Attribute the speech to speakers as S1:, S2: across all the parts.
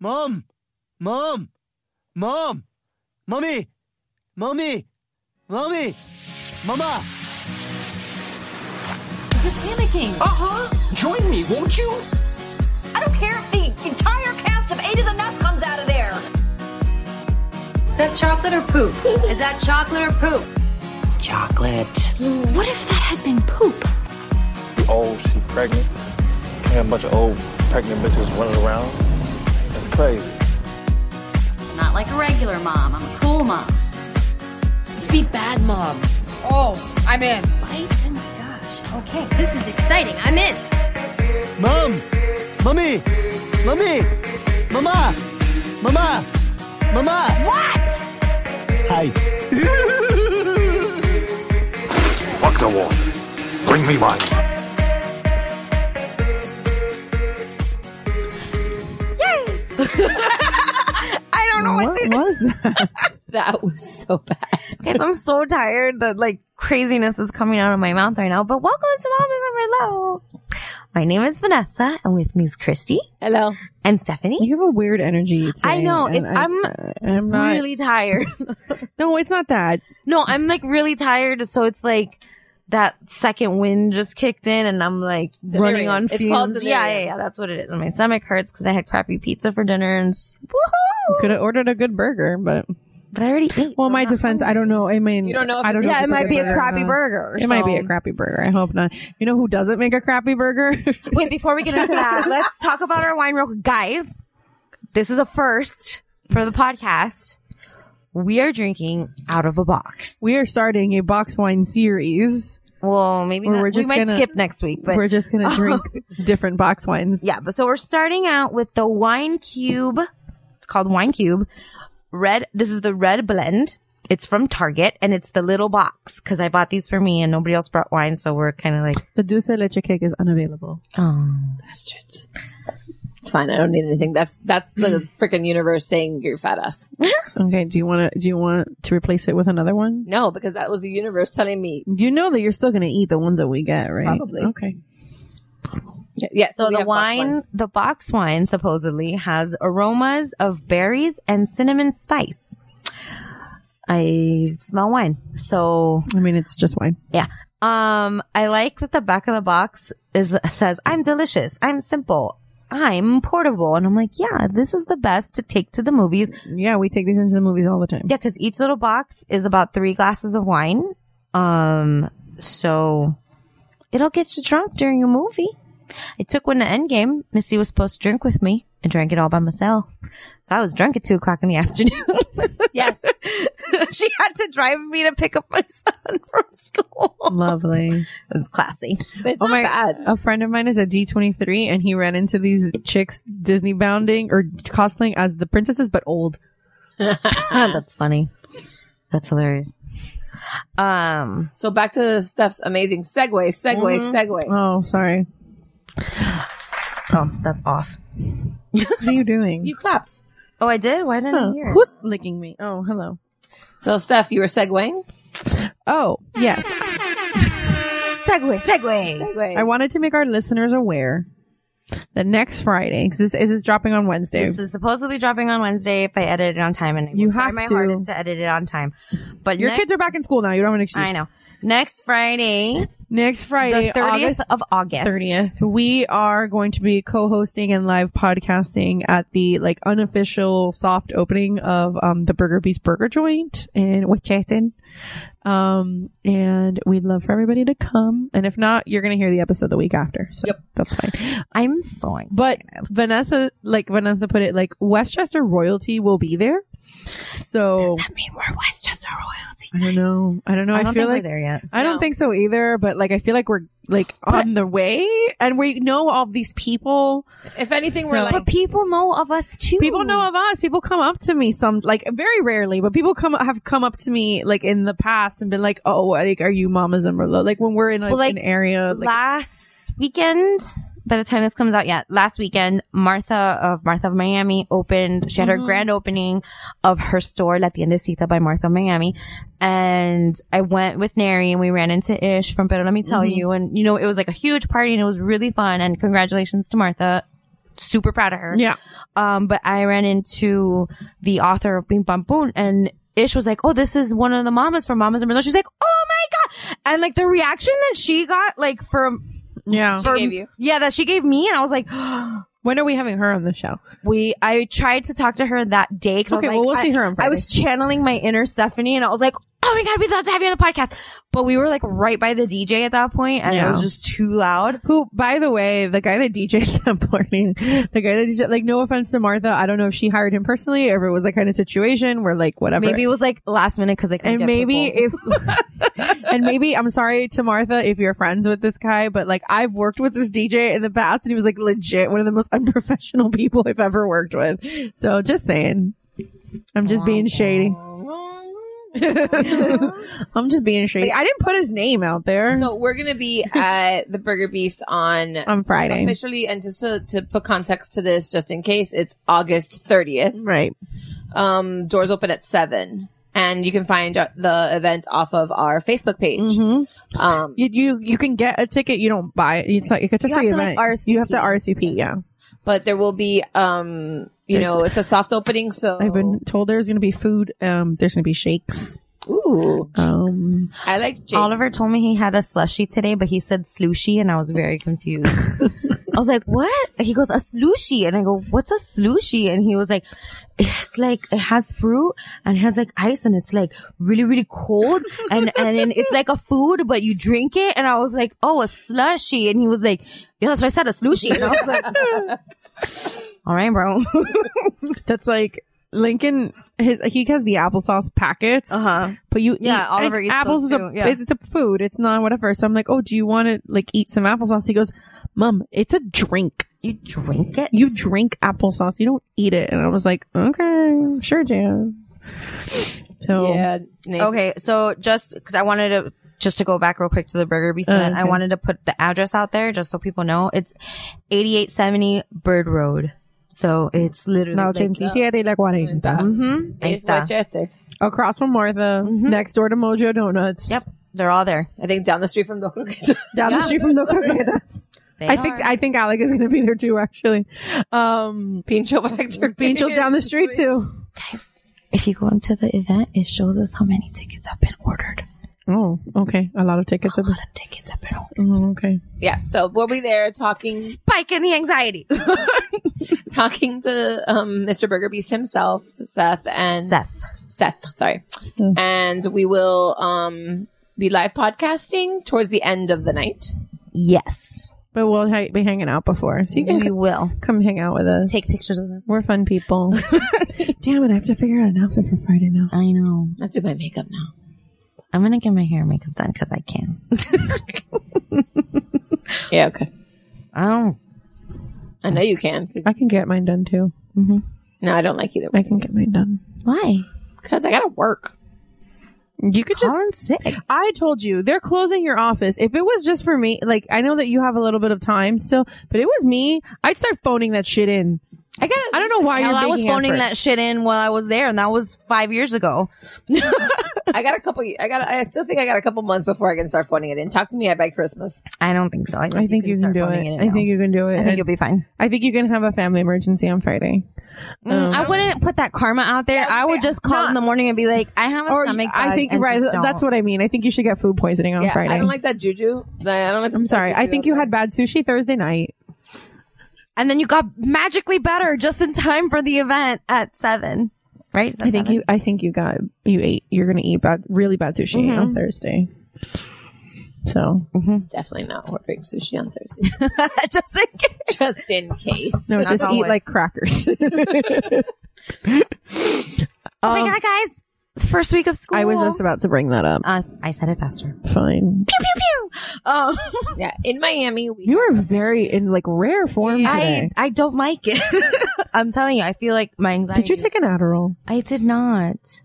S1: Mom! Mom! Mom! Mommy! Mommy! Mommy! Mama!
S2: You're panicking.
S3: Uh huh. Join me, won't you?
S2: I don't care if the entire cast of Eight is Enough comes out of there. Is that chocolate or poop? Is that chocolate or poop?
S3: It's chocolate.
S2: What if that had been poop?
S4: old, Oh, she pregnant. And a bunch of old pregnant bitches running around. That's crazy.
S5: Not like a regular mom. I'm a cool mom.
S6: Let's be bad moms.
S7: Oh, I'm in.
S2: oh
S6: Right?
S5: Okay, this is exciting. I'm in.
S1: Mom! Mommy! Mommy! Mama! Mama! Mama!
S5: What?
S1: Hi.
S8: Fuck the water. Bring me mine.
S9: I don't know what to
S6: What was that? that was so bad.
S9: Guys, I'm so tired that like craziness is coming out of my mouth right now. But welcome to Mom is Over Low. My name is Vanessa, and with me is Christy
S6: Hello.
S9: and Stephanie.
S6: You have a weird energy. Today,
S9: I know,
S6: and uh,
S9: it- I'm
S6: I'm not.
S9: Really tired.
S6: no, it's not that.
S9: no, I'm like really tired. So it's like that second wind just kicked in, and I'm like running
S6: Delirium.
S9: on
S6: It's
S9: fumes.
S6: called
S9: yeah, yeah,
S6: delirium.
S9: yeah. That's what it is. And my stomach hurts because I had crappy pizza for dinner, and s- woohoo!
S6: Could have ordered a good burger, but
S9: But I already ate.
S6: well,
S9: I'm
S6: my
S9: not
S6: defense, I
S9: hungry.
S6: don't know. I mean,
S7: You don't know if
S6: I don't know.
S7: it's-
S9: Yeah,
S6: if
S9: it
S6: it's
S9: might
S6: good
S9: be a
S6: burger or
S9: crappy
S6: not.
S9: burger.
S6: It might be a
S9: so-
S6: crappy burger. I hope not. You know who doesn't make a crappy burger?
S9: Wait, before we get into that, let's talk about our wine real quick. Guys, this is a first for the podcast. We are drinking out of a box.
S6: we are starting a box wine series.
S9: Well, maybe
S6: Or
S9: not.
S6: we're
S9: we
S6: just
S9: might
S6: gonna-
S9: skip next week, but
S6: We're just gonna drink different box wines.
S9: yeah. But so we're starting out with the wine cube. It's called wine cube. Red. This is the red blend. It's from Target and it's the little box because I bought these for me and nobody else brought wine, so we're kind of like,
S6: The dulce de leche cake is unavailable.
S9: oh,
S10: Bastards. It's fine. I don't need anything. That's that's the freaking universe saying you're fat ass.
S6: Okay, do you want to do you want to replace it with another one?
S10: No, because that was the universe telling me.
S6: You know that you're still gonna eat the ones that we get, right?
S10: Probably.
S6: Okay.
S10: Yeah. yeah,
S9: So
S10: we
S9: the
S10: have box
S9: wine, the box wine supposedly has aromas of berries and cinnamon spice. I smell wine. So,
S6: I mean, it's just wine.
S9: um, I like that the back of the box is says, "I'm delicious. I'm simple. I'm portable." And I'm like, "Yeah, this is the best to take to the movies."
S6: Yeah, we take these into the movies all the time.
S9: Yeah, because each little box is about three glasses of wine. Um, so it'll get you drunk during a movie. I took one to Endgame. Missy was supposed to drink with me. I drank it all by myself. So I was drunk at two o'clock in the afternoon.
S10: Yes.
S9: she had to drive me to pick up my son from school.
S6: Lovely.
S9: It was classy.
S10: But it's
S6: Oh
S10: not
S6: my-
S10: bad.
S6: A friend of mine is at D23 and he ran into these chicks Disney bounding or cosplaying as the princesses, but old.
S9: Ah, that's funny. That's hilarious. Um,
S10: So back to Steph's amazing segue, segue, segue.
S6: Oh, sorry.
S9: oh, that's off.
S6: What are you doing?
S10: You clapped.
S9: Oh, I did? Why didn't
S6: Huh.
S9: I hear? it?
S6: Who's licking me? Oh, hello.
S10: So Steph, you were segueing.
S6: Oh, yes.
S9: Segway, segway.
S10: Segue.
S6: I wanted to make our listeners aware that next Friday, because this is this dropping on Wednesday.
S9: This is supposedly dropping on Wednesday if I edit it on time, and I
S6: You
S9: will try
S6: have
S9: my
S6: to.
S9: hardest to edit it on time. But
S6: Your
S9: next,
S6: kids are back in school now. You don't have an excuse.
S9: I know. Next Friday,
S6: Next Friday,
S9: the thirtieth
S6: August
S9: of August,
S6: 30th, we are going to be co-hosting and live podcasting at the like unofficial soft opening of um, the Burger Beast Burger Joint in Wichita. Um, and we'd love for everybody to come. And if not, you're going to hear the episode the week after. So that's fine.
S9: I'm sewing.
S6: But Vanessa, like Vanessa put it, like Westchester royalty will be there. So
S9: Does that mean we're Westchester royalty?
S6: I don't know. I don't know. I,
S9: I don't
S6: feel
S9: think
S6: like
S9: we're there yet.
S6: I don't
S10: No.
S6: think so either, but like I feel like we're like on the way and we know all these people.
S10: if anything, we're
S6: So-
S10: like
S9: But people know of us too.
S6: People know of us. People come up to me some like very rarely, but people come have come up to me like in the past and been like, "Oh, like are you Mamas and Merlot?" Like when we're in like,
S9: Well, like,
S6: an area like
S9: last weekend. By the time this comes out, yeah, last weekend, Martha of Martha of Miami opened. She had
S6: Mm-hmm.
S9: her grand opening of her store, La Tiendecita by Martha of Miami. And I went with Neri and we ran into Ish
S6: Mm-hmm.
S9: from Pero Let Me Tell You. And, you know, it was like a huge party and it was really fun. And congratulations to Martha Super proud of her.
S6: Yeah.
S9: Um, but I ran into the author of Bing Bam Boom and Ish was like, Oh, this is one of the mamas from Mamas in Brazil. She's like, Oh my God. And like the reaction that she got, like from,
S6: Yeah.
S9: from
S10: gave you.
S9: yeah, that she gave me. And I was like,
S6: When are we having her on the show?
S9: we, I tried to talk to her that day. 'cause I was
S6: Okay,
S9: like-
S6: well, we'll
S9: I-
S6: see her on Friday.
S9: I was channeling my inner Stephanie and I was like, Oh my God, we'd love to have you on the podcast. But we were like right by the DJ at that point and
S6: Yeah.
S9: it was just too loud.
S6: Who, by the way, the guy that DJ'd that morning, the guy that DJ, like, no offense to Martha, I don't know if she hired him personally or if it was that kind of situation where, like, whatever.
S9: Maybe it was like last minute because I couldn't
S6: and
S9: get
S6: maybe
S9: people.
S6: if, and maybe I'm sorry to Martha if you're friends with this guy, but like I've worked with this DJ in the past, and he was like legit one of the most unprofessional people I've ever worked with. So just saying, I'm just being shady. I'm just being shady. I didn't put his name out there
S10: So we're gonna be at the Burger Beast on
S6: on Friday,
S10: officially, and just to, to put context to this, just in case, it's August thirtieth.
S6: right?
S10: Um, doors open at seven, and you can find uh, the event off of our Facebook page.
S6: Mm-hmm.
S10: Um,
S6: You, you you can get a ticket. You don't buy it. It's not. It's a
S9: You
S6: free
S9: have to, like,
S6: event.
S9: RSVP.
S6: You have to RSVP. Yeah,
S10: but there will be, um, you
S6: There's-
S10: know, it's a soft opening, so
S6: I've been
S9: Oh.
S6: told there's going to be food. Um, there's going to be shakes.
S10: Ooh,
S6: Um,
S10: I like Jake's.
S9: Oliver told me he had a slushy today, but he said slushy, and I was very confused. I was like, "What?" He goes, "A slushy," and I go, "What's a slushy?" And he was like, "It's like it has fruit and it has like ice, and it's like really, really cold, and and then it's like a food, but you drink it." And I was like, "Oh, a slushy," and he was like, "Yeah, that's what I said, a slushy." And I was like, "All right, bro."
S6: that's like Lincoln. His he has the applesauce packets.
S9: huh.
S6: But you,
S9: Uh-huh. Yeah,
S6: eat,
S9: Oliver
S6: and
S9: eats
S6: apples
S9: those
S6: is a
S9: too, yeah.
S6: it's, it's a food. It's not whatever. So I'm like, oh, do you want to like eat some applesauce? He goes, Mom, it's a drink.
S9: You drink it.
S6: You drink applesauce. You don't eat it. And I was like, okay, sure, Jan. So
S10: yeah, Nathan.
S9: Okay, so just because I wanted to just to go back real quick to the Burger Beast,
S6: Oh,
S9: event, I
S6: okay.
S9: wanted to put the address out there just so people know it's eighty eight seventy Bird Road. So it's literally
S6: now
S9: like-
S6: 87 y la 40.
S9: Mhm, ahí
S10: It's
S9: está.
S10: Machete.
S6: Across from Martha, next door to Mojo Donuts.
S9: Mm-hmm. Yep, they're all there.
S10: I think down the street from the Croqueta.
S6: Down the street from the Croquetas.
S9: They
S6: I think
S9: are.
S6: I think Alec is gonna be there too, actually. Um
S10: Pincho Factor.
S6: Beanchel's down the street too.
S9: if you go into the event, it shows us how many tickets have been ordered.
S6: Oh, okay. A lot of tickets.
S9: A
S6: have
S9: lot of tickets have been ordered.
S6: been- oh, okay.
S10: Yeah, so we'll be there talking
S9: Spike in the anxiety.
S10: talking to um, Mr. Burger Beast himself, Seth, and
S9: Seth.
S10: Seth, sorry.
S6: Mm.
S10: And we will um, be live podcasting towards the end of the night.
S9: Yes,
S6: But we'll ha- be hanging out before. So you can
S9: we will
S6: come hang out with us.
S9: take pictures of them.
S6: We're fun people. Damn it, I have to figure out an outfit for Friday now.
S9: I know.
S10: I'll do my makeup now.
S9: I'm gonna get my hair and makeup done because I can.
S10: Yeah, okay.
S9: I
S6: Oh.
S9: don't.
S10: I know you can.
S6: I can get mine done too.
S10: No, I don't like either
S6: I can get mine done.
S9: Why?
S10: because I gotta work.
S6: You could just.
S9: Colin's sick.
S6: I told you they're closing your office. If it was just for me, like I know that you have a little bit of time still, but it was me. I'd start phoning that shit in.
S10: I gotta.
S6: I don't know why
S9: Hell,
S6: you're
S9: I was
S6: making
S9: phoning
S6: effort.
S9: that shit in while I was there, and that was five years ago.
S10: I got a couple. I got. I still think I got a couple months before I can start phoning it in. Talk to me by Christmas.
S9: I don't think so.
S6: I think you can
S9: start
S6: do
S9: phoning
S6: it.
S9: in
S6: I think
S9: now.
S6: you can do it.
S9: I think you'll
S6: And
S9: be fine.
S6: I think you can have a family emergency on Friday,
S9: Mm,
S6: Um,
S9: I wouldn't put that karma out there. I would just call in the morning and be like, "I have a
S6: or
S9: stomach bug."
S6: I think
S9: and
S6: right.
S9: just don't.
S6: That's what I mean. I think you should get food poisoning on
S10: yeah,
S6: Friday.
S10: I don't like that juju. I don't like.
S6: I'm sorry. I think you had bad sushi Thursday night.
S9: And then you got magically better just in time for the event at seven. Right? Is that
S6: I think
S9: seven?
S6: you. I think you got you ate. You're gonna eat bad, really bad sushi on Thursday. So
S10: definitely not ordering sushi on Thursday,
S9: just in case.
S10: just in case.
S6: no,
S9: That's
S6: just
S9: all
S6: eat
S9: it-
S6: like crackers.
S9: oh my god, guys! It's the first week of school.
S6: Um, I was just about to bring that up.
S9: Uh, I said it faster.
S6: Fine.
S9: Pew pew pew. Um,
S10: Yeah, in Miami, we
S6: You are very in like rare form
S9: I
S6: today.
S9: I don't like it. I'm telling you, I feel like my anxiety.
S6: Did you take an Adderall?
S9: I did not.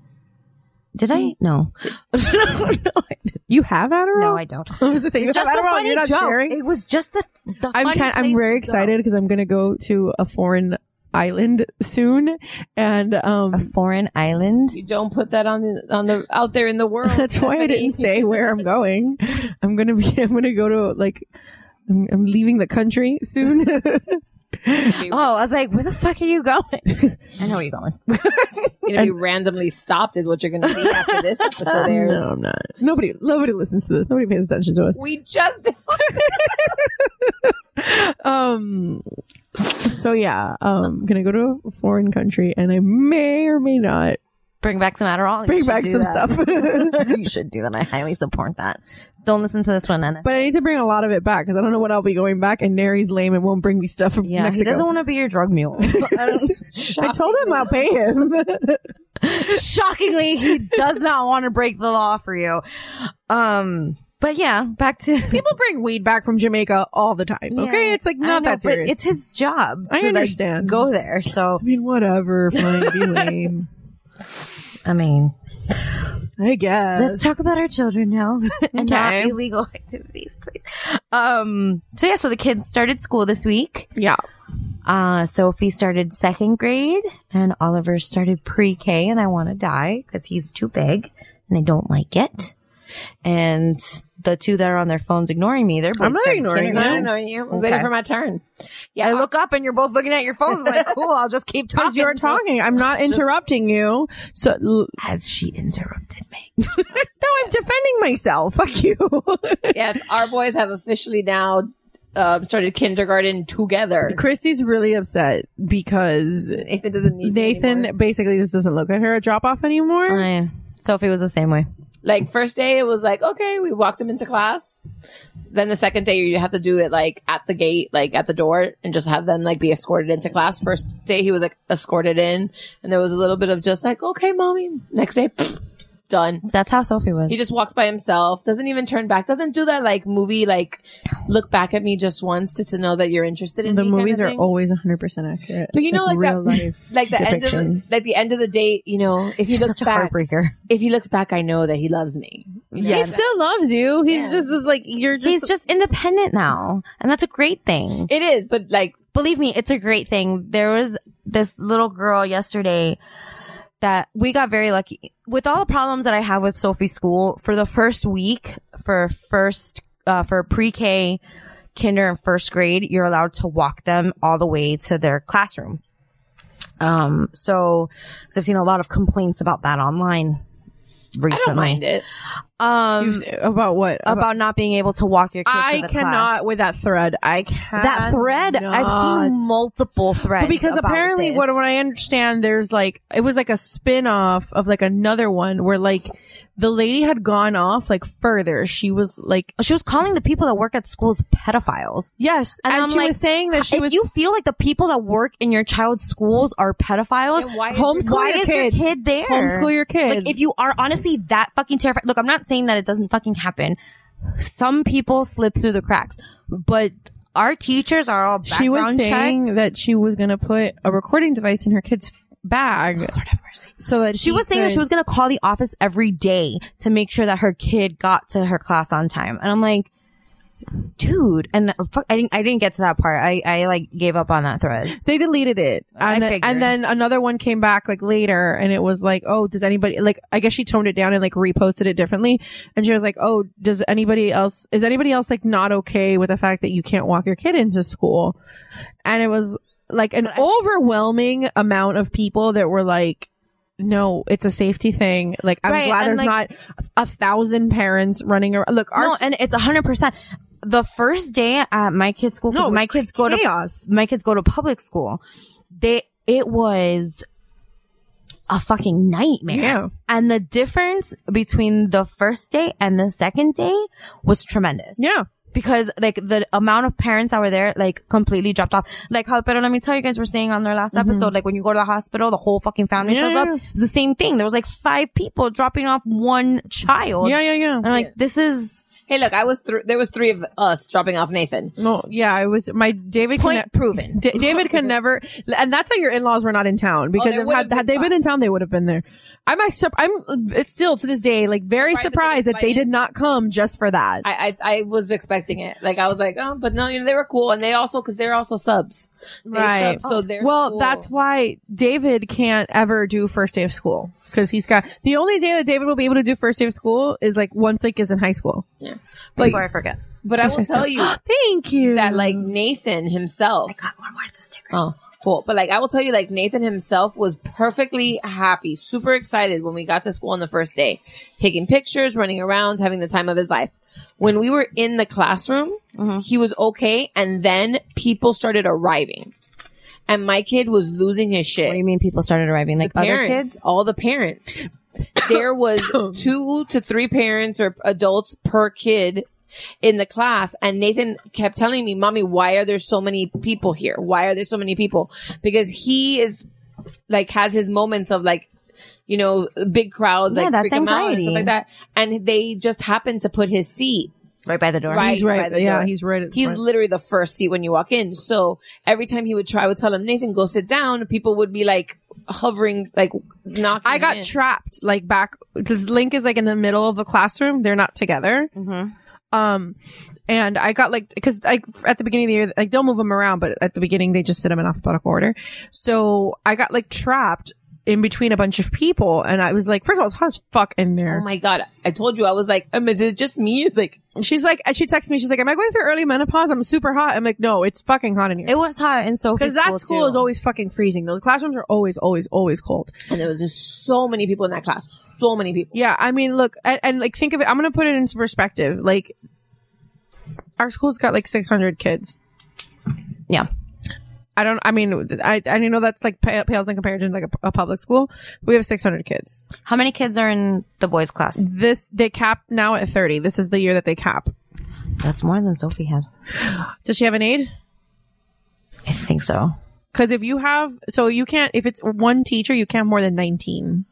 S9: Did I? No. no, I did-
S6: You have Adderall?
S9: no, I don't.
S6: I was gonna say, you
S9: It's
S6: have
S9: just a
S6: Adderall. and
S9: funny
S6: You're not
S9: joke.
S6: sharing?
S9: It was just the. the
S6: I'm
S9: funny
S6: kind, I'm
S9: place
S6: very
S9: to go.
S6: excited because I'm gonna go to a foreign island soon, and um,
S9: A foreign island.
S10: You don't put that on the on the out there in the
S9: Oh,
S10: world.
S6: That's why I didn't
S10: Stephanie.
S6: say where I'm going. I'm gonna be. I'm gonna go to like. I'm, I'm leaving the country soon.
S9: Oh, I was like, where the fuck are you going? I know where you're going.
S10: You're gonna be randomly stopped, is what you're gonna be after this episode airs.
S6: No, I'm not. Nobody, nobody listens to this. Nobody pays attention to us.
S10: We just
S6: Um. So yeah, um, gonna go to a foreign country, and I may or may not
S9: Bring back some Adderall. You
S6: bring
S9: should
S6: back
S9: do
S6: some
S9: that.
S6: stuff.
S9: you should do that. I highly support that. Don't listen to this one, Anna.
S6: But I need to bring a lot of it back because I don't know what I'll be going back. And Neri's lame and won't bring me stuff from
S9: yeah,
S6: Mexico.
S9: he doesn't want to be your drug mule. I don't-
S6: I told him I'll pay him.
S9: Shockingly, he does not want to break the law for you. Um, but yeah, back to
S6: People bring weed back from Jamaica all the time. okay,
S9: Yeah,
S6: it's like
S9: I
S6: not
S9: know,
S6: that serious.
S9: But it's his job.
S6: I
S9: to, like,
S6: understand.
S9: go there. So
S6: I mean, whatever. Fine, be lame.
S9: I mean,
S6: I guess.
S9: let's talk about our children now and not
S6: Okay.
S9: illegal activities, please. Um, so yeah, so the kids started school this week.
S6: yeah.
S9: Uh, Sophie started second grade and Oliver started pre K, and I want to die because he's too big and I don't like it. And the two that are on their phones ignoring me, they're both
S6: I'm not
S9: starting
S6: ignoring
S10: I
S9: kindergarten.
S10: don't know you. I was
S9: Okay.
S10: waiting for my turn.
S9: Yeah, I look up and you're both looking at your phones. I'm like, cool, I'll just keep talking.
S6: Because you're
S9: until-
S6: talking. I'm not interrupting you. So l-
S9: As she interrupted me.
S6: no, I'm defending myself. Fuck you.
S10: Yes, our boys have officially now uh, started kindergarten together.
S6: Christy's really upset because
S10: Nathan doesn't need me
S6: Nathan
S10: anymore.
S6: basically just doesn't look at her at drop off anymore.
S9: I- Sophie was the same way.
S10: Like first day, it was like okay, we walked him into class. Then the second day, you have to do it like at the gate, like at the door, and just have them like be escorted into class. First day, he was like escorted in, and there was a little bit of just like okay, mommy. Next day, pfft, done.
S9: That's how Sophie was.
S10: He just walks by himself, doesn't even turn back, doesn't do that like movie like look back at me just once to, to know that you're interested in
S6: the
S10: me kind
S6: movies
S10: of
S6: are
S10: thing.
S6: always 100% accurate.
S10: But you know, like,
S6: real
S10: that,
S6: life
S10: like the end of the,
S6: depictions.
S10: like the end of the date, you know, if he
S9: She's
S10: looks
S9: such a
S10: back,
S9: heartbreaker.
S10: if he looks back, I know that he loves me. You know?
S6: he still loves you. He's
S10: Yeah.
S6: just like you're just
S9: He's just independent now, and that's a great thing.
S10: it is, but like
S9: believe me, it's a great thing. There was this little girl yesterday that we got very lucky with all the problems that I have with Sophie's school for the first week for first uh, for pre-K, kinder, and first grade. You're allowed to walk them all the way to their classroom. Um, so, so I've seen a lot of complaints about that online recently.
S10: I don't mind it.
S9: Um,
S6: You've- about what
S9: about, not being able to walk your kids. to
S6: I
S9: the
S6: cannot
S9: class.
S6: with that thread. I can
S9: That thread, I've seen multiple threads.
S6: But because
S9: about
S6: apparently,
S9: this.
S6: what what I understand, there's like it was like a spin off of like another one where like the lady had gone off like further. She was like,
S9: she was calling the people that work at schools pedophiles.
S6: yes, and,
S9: And I'm
S6: she
S9: like,
S6: was saying that she
S9: if
S6: was
S9: you feel like the people that work in your child's schools are pedophiles,
S10: Then why is your-
S6: homeschool
S9: why
S6: your
S9: is
S6: kid.
S9: your kid there?
S6: Homeschool your kid.
S9: Like, if you are honestly that fucking terrified, look, I'm not saying that it doesn't fucking happen. Some people slip through the cracks, but our teachers are all background
S6: she was saying
S9: checked.
S6: that she was gonna put a recording device in her kid's f- bag
S9: Lord have mercy.
S6: so that
S9: She was saying that she
S6: could-
S9: was going to call the office every day to make sure that her kid got to her class on time. And I'm like, dude, and fuck, I didn't, I didn't get to that part. I, I like gave up on that thread.
S6: they deleted it
S9: I
S6: and, then,
S9: figured.
S6: and then another one came back like later and it was like oh does anybody like i guess she toned it down and like reposted it differently and she was like oh does anybody else is anybody else like not okay with the fact that you can't walk your kid into school and it was like an overwhelming amount of people that were like no, it's a safety thing. Like I'm
S9: Right,
S6: glad
S9: and,
S6: there's
S9: like-
S6: not a thousand parents running around. Look, our
S9: no, and it's hundred percent. The first day at my kids' school, 'cause
S6: No, it was
S9: my kids go to
S6: chaos.
S9: my kids go to public school. They it was a fucking nightmare.
S6: Yeah.
S9: And the difference between the first day and the second day was tremendous.
S6: yeah,
S9: Because like the amount of parents that were there like completely dropped off. Like how pero let me tell you guys were saying on their last episode, like when you go to the hospital, the whole fucking family
S6: Yeah,
S9: shows
S6: yeah,
S9: up.
S6: Mm-hmm. yeah.
S9: It was the same thing. There was like five people dropping off one child.
S6: yeah, yeah, yeah.
S9: And I'm like, this is
S10: Hey, look, I was thr there was three of us dropping off Nathan.
S6: No, yeah, it was my David.
S9: point
S6: Kne-
S9: proven.
S6: D- David can never, and that's how your in-laws were not in town because
S10: Oh, they
S6: if-
S10: would've
S6: had, had
S10: been
S6: they been
S10: fine.
S6: in town, they would have been there. I'm, actually- I'm, it's still to this day, like very
S10: Surprised that
S6: surprised that
S10: they didn't
S6: they
S10: invite
S6: did not come just for that.
S10: I, I I was expecting it. Like I was like, oh, but no, you know, they were cool, and they also because they're also subs, They
S6: Right.
S10: sub, so they're
S6: well,
S10: cool.
S6: that's why David can't ever do first day of school because he's got the only day that David will be able to do first day of school is like once like is in high school.
S9: Before I forget.
S10: But I will tell you
S6: Thank you.
S10: that like Nathan himself.
S2: Got one more of the stickers.
S10: Oh, cool. But like I will tell you, like Nathan himself was perfectly happy, super excited when we got to school on the first day, taking pictures, running around, having the time of his life. When we were in the classroom,
S2: Mm-hmm.
S10: he was okay, and then people started arriving, and my kid was losing his shit
S9: What do you mean people started arriving? Like other
S10: parents,
S9: kids?
S10: all the parents. there was two to three parents or adults per kid in the class and Nathan kept telling me, "Mommy, why are there so many people here? Why are there so many people?" Because he is like has his moments of like you know, big crowds
S9: Yeah,
S10: like
S9: that's
S10: freak him out and
S9: anxiety.
S10: stuff like that. And they just happened to put his seat
S9: Right by the door.
S10: right
S6: He's right.
S10: by the
S6: yeah,
S10: door.
S6: he's right. At the
S10: He's
S6: front.
S10: literally the first seat when you walk in. So every time he would try, I would tell him, Nathan, go sit down. People would be like hovering, like knocking.
S6: I got
S10: in.
S6: trapped like back because Link is like in the middle of the classroom. They're not together.
S9: Mhm.
S6: Um, and I got like because like at the beginning of the year, like they'll move them around, but at the beginning they just sit them in alphabetical order. So I got like trapped in between a bunch of people, and I was like, first of all, it's hot as fuck in
S10: Oh
S6: there.
S10: my god! I told you I was like, um, is it just me? It's like
S6: she's like, and she texts me, she's like, "Am I going through early menopause? I'm super hot." I'm like, "No, it's fucking hot in here."
S9: It was hot in Sophie's
S6: Because that school
S9: too.
S6: is always fucking freezing. Those classrooms are always, always, always cold.
S10: and there was just so many people in that class, so many people.
S6: Yeah, I mean, look, and, and like think of it. I'm gonna put it into perspective. Like, our school's got like 600 kids.
S9: Yeah.
S6: I don't. I mean, I I know that's like pa- pales in comparison to like a, a public school. We have 600 kids.
S9: How many kids are in the boys' class?
S6: This they cap now at 30. This is the year that they cap.
S9: That's more than Sophie has.
S6: Does she have an aide?
S9: I think so.
S6: Because if you have, so you can't. If it's one teacher, you can't have more than 19.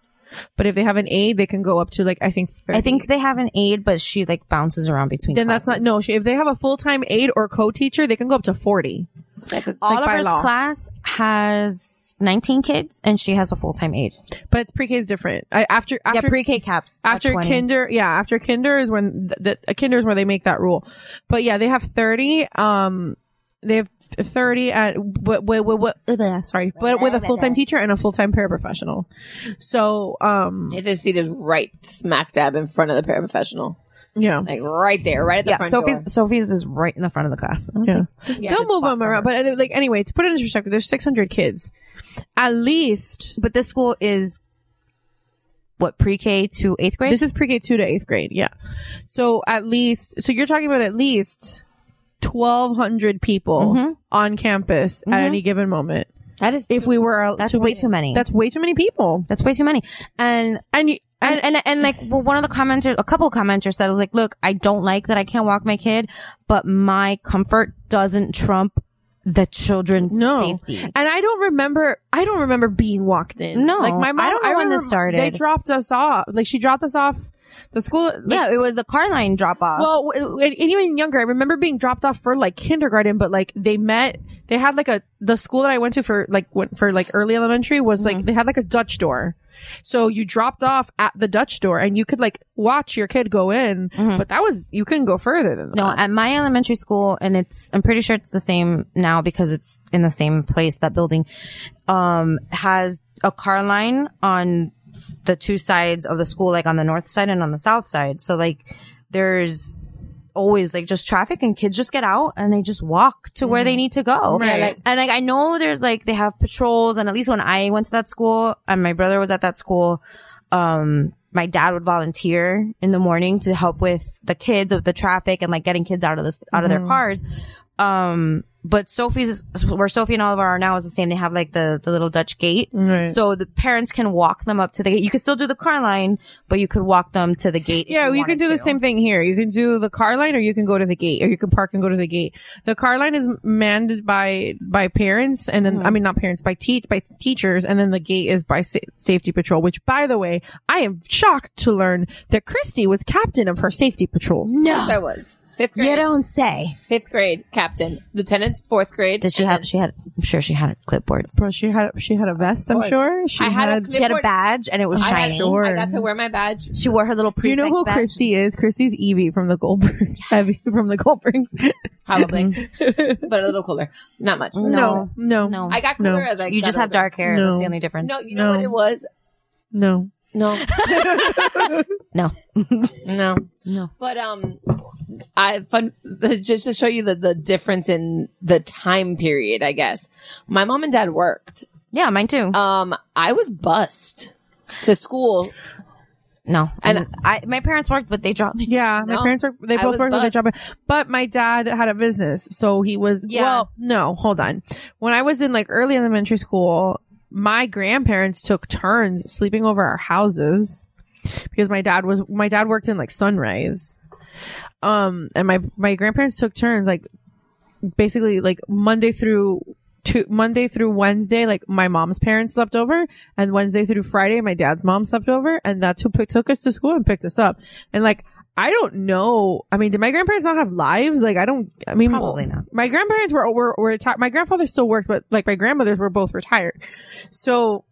S6: But if they have an aide, they can go up to like I think. 30.
S9: I think they have an aide, but she like bounces around between.
S6: Then that's not
S9: classes.
S6: no. She, if they have a full time aide or co teacher, they can go up to 40. like, by
S9: Oliver's
S6: law.
S9: class has 19 kids, and she has a full time aide.
S6: But pre K is different. I, after after
S9: yeah, pre K caps are
S6: after
S9: 20.
S6: kinder yeah after kinder is when th- the, uh, kinder is where they make that rule but yeah they have 30 um they have 30 at w- w- w- w- sorry but with a full-time teacher and a full-time paraprofessional so um
S10: Nathan's seat is right smack dab in front of the paraprofessional,
S6: yeah
S10: like right there, right at the
S9: Yeah,
S10: front
S9: Sophie's
S10: door.
S9: Sophie's is right in the front of the class. I was
S6: yeah
S9: like,
S6: they'll move them around but uh, like anyway to put it into perspective there's 600 kids at least
S9: but this school is what pre K to eighth grade.
S6: this is pre-k 2 to 8th grade yeah so at least so you're talking about at least 1200 people
S9: Mm-hmm.
S6: on campus at any given moment
S10: That is
S6: if we were
S9: that's way too many.
S6: That's way too many people.
S9: that's way too many. And
S6: And you,
S9: and, and and like well, one of the commenters, a couple of commenters said, "Was like, look, I don't like that I can't walk my kid, but my comfort doesn't trump the children's
S6: no,
S9: safety."
S6: and I don't remember. I don't remember being walked in.
S9: No,
S6: like my mom.
S9: I don't know when this
S6: remember
S9: started.
S6: They dropped us off. Like she dropped us off the school. like-
S9: yeah, it was the car line drop off.
S6: Well, w- and, and even younger, I remember being dropped off for like kindergarten, but like they met, they had like a the school that I went to for like went for like early elementary was like they had like a Dutch door, so you dropped off at the Dutch door and you could like watch your kid go in, but that was you couldn't go further than that.
S9: no, at my elementary school, and it's I'm pretty sure it's the same now because it's in the same place. That building um has a car line on the two sides of the school, like on the north side and on the south side. So like there's always like just traffic and kids just get out and they just walk to where they
S6: Mm.
S9: need to go.
S6: Right.
S9: Like- and like I know there's like they have patrols and at least when I went to that school and my brother was at that school, um my dad would volunteer in the morning to help with the kids with the traffic and like getting kids out of this out of
S6: Mm-hmm.
S9: their cars. Um but Sophie's where Sophie and Oliver are now is the same. They have like the the little Dutch gate.
S6: Right.
S9: So the parents can walk them up to the gate. You can still do the car line, but you could walk them to the gate. if
S6: Yeah, you can
S9: wanted
S6: do the
S9: to.
S6: same thing here. You can do the car line, or you can go to the gate, or you can park and go to the gate. The car line is manned by by parents, and then I mean not parents by teach by teachers, and then the gate is by sa- safety patrol. Which, by the way, I am shocked to learn that Christy was captain of her safety patrols.
S10: Yes, I was fifth grade,
S9: You don't say.
S10: fifth grade captain, lieutenant, fourth grade.
S9: Did she have? She had. I'm sure she had clipboards.
S6: Bro, she had she had a vest. I'm
S10: course.
S6: sure she
S10: I had a
S6: had.
S10: clip-
S9: She had a
S10: Clipboard-
S9: badge and it was
S10: I, had,
S9: shiny.
S10: I got to wear my badge.
S9: She wore her little prefix
S6: you know who
S9: badge.
S6: Christy is? Christy's Evie from the Goldbergs. Evie from the Goldbergs.
S10: Probably, but a little cooler. Not much. but not
S9: No.
S10: much.
S6: no,
S9: Mm. No.
S10: I got cooler
S6: No.
S10: as I.
S9: you
S10: got
S9: just have
S10: older.
S9: dark hair.
S6: No.
S9: That's the only difference.
S10: No, you know
S6: No.
S10: what it was.
S6: no.
S10: No,
S9: No.
S10: no,
S9: No.
S10: But um, I fun just to show you the the difference in the time period. I guess my mom and dad worked.
S9: Yeah, mine too.
S10: Um, I was bussed to school.
S9: no, and I, my parents worked, but they dropped me.
S6: Yeah, my
S10: No.
S6: parents were they
S10: I
S6: both
S10: was
S6: worked with a
S10: buzzed.
S6: job, but my dad had a business, so he was
S9: Yeah.
S6: well. No, hold on. When I was in like early elementary school, my grandparents took turns sleeping over our houses because my dad was my dad worked in like Sunrise, um, and my my grandparents took turns like basically like Monday through. To Monday through Wednesday, like my mom's parents slept over, and Wednesday through Friday, my dad's mom slept over, and that's who pick, took us to school and picked us up. And like, I don't know. I mean, did my grandparents not have lives? Like, I don't. I mean,
S9: Probably not.
S6: My grandparents were were, were retired. My grandfather still works, but like my grandmothers were both retired. So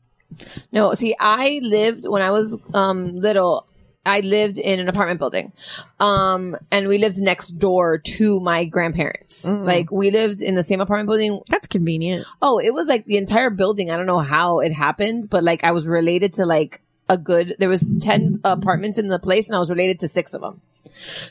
S10: No, see, I lived when I was um little. I lived in an apartment building, um, and we lived next door to my grandparents. Like we lived in the same apartment building
S6: that's convenient.
S10: Oh, it was like the entire building. I don't know how it happened, but like I was related to like a good. There was ten apartments in the place, and I was related to six of them.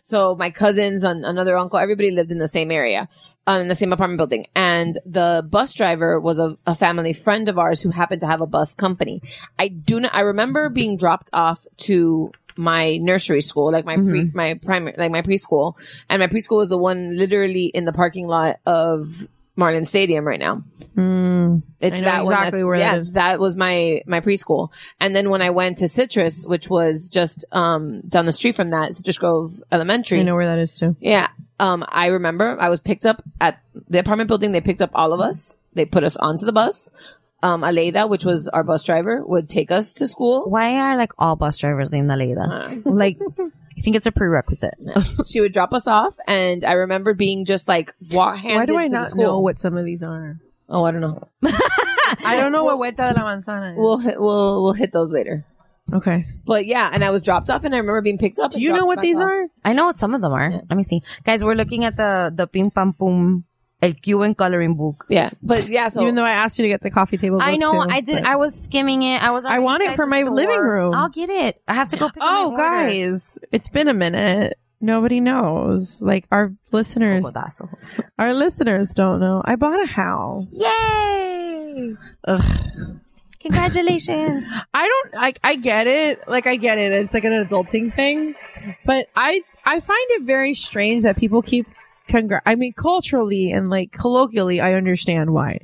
S10: So my cousins and another uncle, everybody lived in the same area, um, in the same apartment building. And the bus driver was a, a family friend of ours who happened to have a bus company. I do not. I remember being dropped off to my nursery school, like my pre,
S6: Mm-hmm.
S10: my primary, like my preschool, and my preschool was the one literally in the parking lot of Marlin Stadium right now. It's
S6: Mm. I know
S10: that one
S6: exactly where that
S10: yeah,
S6: is.
S10: that was my my preschool. And then when I went to Citrus, which was just um down the street from that, Citrus Grove Elementary.
S6: I know where that is too.
S10: Yeah. Um, I remember I was picked up at the apartment building. They picked up all of us. They put us onto the bus. Um, Aleida, which was our bus driver, would take us to school.
S9: Why are like all bus drivers in the Leda?
S6: Uh.
S9: Like, I think it's a prerequisite.
S10: She would drop us off, and I remember being just like walk handed
S6: Why do I
S10: to the
S6: not
S10: school.
S6: know what some of these are?
S10: oh, I don't know.
S6: I don't know what Huerta de la Manzana is.
S10: We'll hit- we'll we'll hit those later.
S6: okay.
S10: But yeah, and I was dropped off, and I remember being picked up.
S6: Do you know what these are?
S9: I know what some of them are. Let me see, guys. We're looking at the the pim pam pum, el Cuban coloring book.
S10: Yeah, but yeah. So
S6: Even though I asked you to get the coffee table.
S9: I
S6: book,
S9: know.
S6: too,
S9: I did.
S6: but-
S9: I was skimming it. I was.
S6: I want it
S9: already
S6: for
S9: inside the
S6: my living
S9: store.
S6: room.
S9: I'll get it. I have to go. Pick up
S6: oh,
S9: my order.
S6: guys, it's been a minute. Nobody knows. Like our listeners,
S9: Codazo.
S6: our listeners don't know. I bought a house.
S9: Yay!
S6: Ugh.
S9: Congratulations.
S6: I don't like I get it. Like I get it. It's like an adulting thing. But I I find it very strange that people keep congr- I mean culturally and like colloquially I understand why.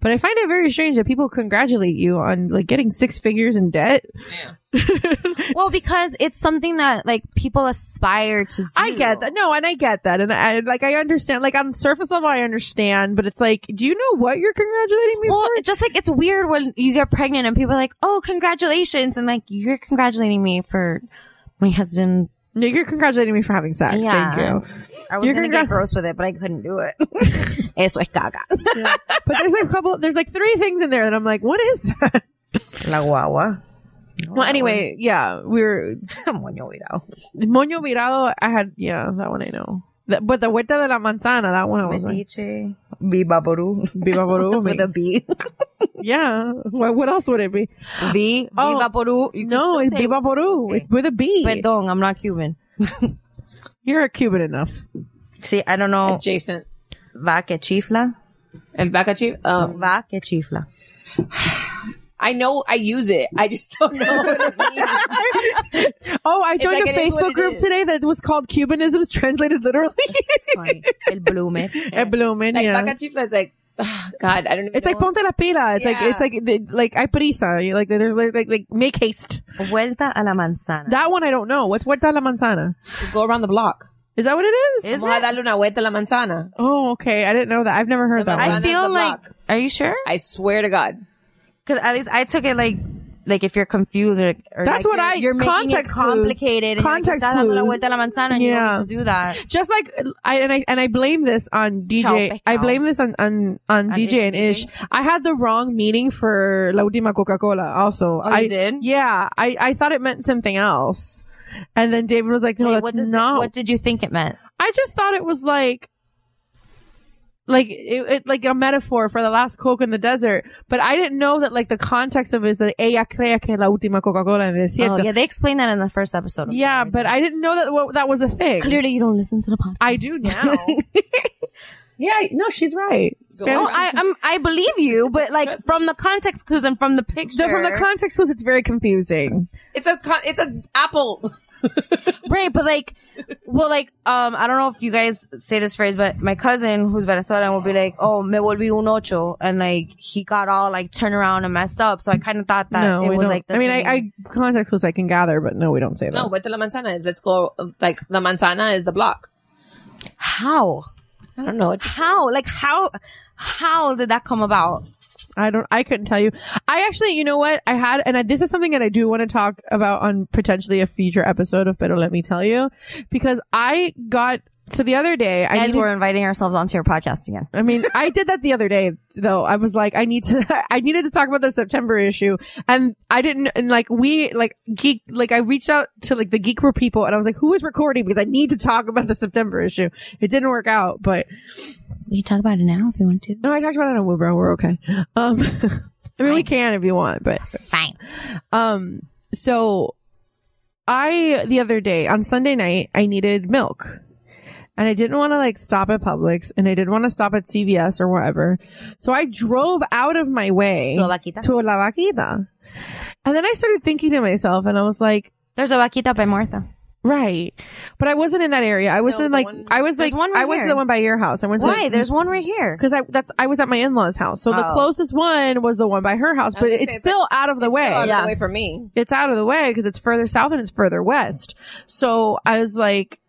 S6: But I find it very strange that people congratulate you on like getting six figures in debt.
S9: well, because it's something that like people aspire to. do.
S6: I get that. No, and I get that. And I like I understand like on the surface level I understand, but it's like do you know what you're congratulating me
S9: Well,
S6: for?
S9: it's just like it's weird when you get pregnant and people are like, "Oh, congratulations!" and like you're congratulating me for my husband.
S6: No, you're congratulating me for having sex.
S9: Yeah.
S6: Thank you.
S9: I was
S6: You're
S9: gonna
S6: congrat-
S9: get gross with it, but I couldn't do it. Eso es caga.
S6: But there's like a couple there's like three things in there that I'm like, what is that?
S9: La guagua.
S6: Well, anyway, yeah, we're
S9: Moño virado.
S6: Moño Virado. I had yeah, that one I know. The- but the Huerta de la Manzana, that one I was like,
S9: Mediche. Viva Perú.
S6: Viva Perú,
S9: That's with
S6: me.
S9: a B.
S6: yeah. What, what else would it be?
S9: V.
S6: Oh,
S9: Viva Perú. You can
S6: No,
S9: still
S6: it's
S9: say-
S6: Viva Perú.
S9: Okay.
S6: It's with a B.
S9: Perdón, I'm not Cuban.
S6: You're a Cuban enough.
S9: See, I don't know.
S10: adjacent
S9: Va que chifla.
S10: and back at you.
S6: Oh,
S10: Um,
S9: Va que chifla.
S10: I know I use it. I just don't know what it means.
S6: Oh, I joined
S10: like
S6: a
S10: it is what
S6: Facebook
S10: it
S6: group
S10: is.
S6: today that was called Cubanisms Translated Literally.
S9: Funny. El blume.
S6: At Bloomin',
S10: Like
S6: yeah.
S10: back at you, it's like ugh, God. I don't. Even
S6: It's
S10: know
S6: like ponte la pila. It's
S10: Yeah.
S6: like it's like the- like I prisa. You're Like there's like, like like make haste.
S9: Vuelta a la manzana.
S6: That one I don't know. What's huerta de la manzana?
S10: go around the block.
S6: Is that what it is?
S9: Is
S10: Vamos
S9: it?
S10: a darle una vuelta a la manzana.
S6: Oh, okay. I didn't know that. I've never heard that.
S10: I-
S6: one.
S9: I
S10: Manzana's the
S9: feel like.
S10: block.
S9: Are you sure?
S10: I swear to God.
S9: Because at least I took it like. Like if you're confused or, or
S6: That's
S9: like
S6: what
S9: you're,
S6: I-
S9: you're making
S6: context
S9: it
S6: clues.
S9: complicated. and
S6: Context
S9: you're like, "Está dando la
S6: clues.
S9: vuelta a la manzana," and you
S6: Yeah.
S9: don't need to do that.
S6: just like I and I and I blame this on DJ.
S9: Chao,
S6: I
S9: Pecao.
S6: blame this on on, on
S9: On
S6: DJ
S9: Ish
S6: and
S9: DJ?
S6: Ish. I had the wrong meaning for La Última Coca Cola. Also,
S9: Oh, you
S6: I
S9: did?
S6: Yeah, I I thought it meant something else, and then David was like, "No,
S9: Wait,
S6: that's
S9: what does-
S6: not."
S9: What did you think it meant?
S6: I just thought it was like like it, it like a metaphor for the last Coke in the desert. But I didn't know that like the context of it is that ella crea que es la última Coca Cola en el desierto.
S9: Oh, yeah, they explained that in the first episode. Of
S6: yeah, but I didn't know that what, that was a thing.
S9: clearly you don't listen to the podcast.
S6: I do now. yeah, no, she's right.
S9: Oh, I I'm, I believe you, but like from the context clues and from the picture,
S6: Though from the context clues, it's very confusing.
S10: It's a con- it's an apple.
S9: right? But like, well, like, um, I don't know if you guys say this phrase, but my cousin who's Venezuelan will be like, "Oh, me volví un ocho," and like he got all like turned around and messed up. So I kind of thought that
S6: no,
S9: it
S6: we
S9: was
S6: don't.
S9: like. the
S6: I mean,
S9: same.
S6: I, I context clues I can gather, but no, we don't say that.
S10: No, what the la manzana is? It's called like la manzana is the block.
S9: how
S10: I don't know. It just-
S9: how like how how did that come about?
S6: I don't. I couldn't tell you. I actually, you know what? I had, and I, this is something that I do want to talk about on potentially a future episode of Better Let Me Tell You, because I got so the other day. I
S9: Guys,
S6: needed-
S9: we're inviting ourselves onto your podcast again.
S6: I mean, I did that the other day though. I was like, I need to, I needed to talk about the September issue and I didn't, and like we, like geek, like I reached out to like the geek group people and I was like, who is recording? Because I need to talk about the September issue. It didn't work out, but
S9: We can talk about it now if you want to.
S6: no, I talked about it on Woobro. We're okay. Um, I mean, we can if you want, but
S9: Fine.
S6: Um, so I the other day on Sunday night I needed milk, and I didn't want to like stop at Publix, and I didn't want to stop at CVS or wherever. So I drove out of my way
S9: To a vaquita?
S6: to La Vaquita, and then I started thinking to myself, and I was like,
S9: There's a vaquita by Martha.
S6: right, but I wasn't in that area. I was
S10: No,
S6: in
S10: the
S6: like
S10: one-
S6: I was
S9: There's
S6: like
S9: one right
S6: I went
S9: here.
S6: to the one by your house. I went
S9: Why?
S6: to
S9: There's one right here.
S6: because I that's I was at my in law's house, so the
S9: Oh.
S6: closest one was the one by her house,
S10: I was
S6: but
S10: gonna say,
S6: it's
S10: it's
S6: still out of the
S10: it's
S6: way
S10: still out of
S9: Yeah.
S10: the way for me.
S6: it's out of the way because it's further south and it's further west. So I was like,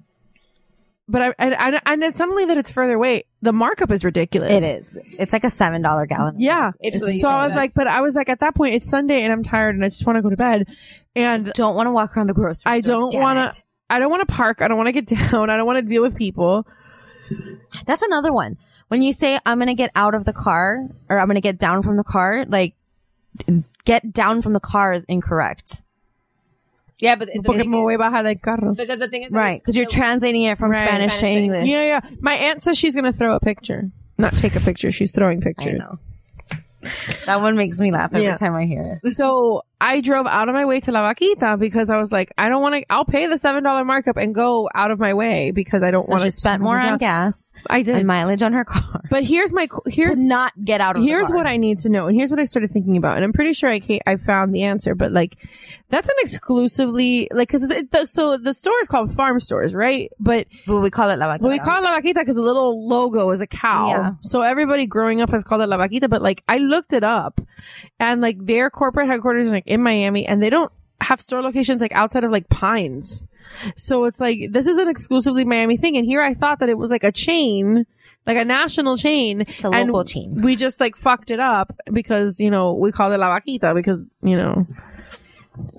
S6: but I, I, I and then suddenly that it's further away, the markup is ridiculous.
S9: It is. It's like a seven dollar gallon.
S6: Yeah.
S10: It's
S6: so
S10: like-
S6: I was like, but I was like, at that point, it's Sunday and I'm tired and I just want to go to bed. And
S9: Don't want to walk around the grocery.
S6: I
S9: store,
S6: don't
S9: damn
S6: want
S9: it.
S6: to, I don't want to park. I don't want to get down. I don't want to deal with people.
S9: That's another one. When you say I'm gonna get out of the car or I'm gonna get down from the car, like get down from the car is incorrect,
S10: Yeah, but the
S6: Porque
S10: thing
S6: me
S10: is-
S6: voy bajar del carro.
S10: because the thing is, that
S9: right?
S10: it's
S9: Because you're
S10: still-
S9: translating it from
S6: Right.
S9: Spanish,
S10: Spanish
S9: to
S10: to
S9: English.
S6: Yeah, yeah. My aunt says she's going to throw a picture, not take a picture. She's throwing
S9: I
S6: pictures.
S9: know. That one makes me laugh every
S6: Yeah.
S9: time I hear it.
S6: So I drove out of my way to La Vaquita because I was like, I don't want to. I'll pay the seven dollar markup and go out of my way because I don't
S9: So
S6: want
S9: she
S6: to
S9: spent more on gas
S6: I did.
S9: and mileage on her car.
S6: but here's my qu-
S9: Here's
S6: here's
S9: not get out of.
S6: here's
S9: the car.
S6: what I need to know, and here's what I started thinking about, and I'm pretty sure I ca- I found the answer, but like that's an exclusively like because the, so the store is called Farm Stores, right? But
S9: But we call it la vaquita.
S6: Well, we call it La Vaquita because the little logo is a cow.
S9: Yeah.
S6: So everybody growing up has called it La Vaquita, but like I looked it up and like their corporate headquarters is like in Miami and they don't have store locations like outside of like Pines. So it's like this is an exclusively Miami thing. And here I thought that it was like a chain, like a national chain.
S9: It's a
S6: and
S9: local chain.
S6: We just like fucked it up because, you know, we called it La Vaquita because, you know.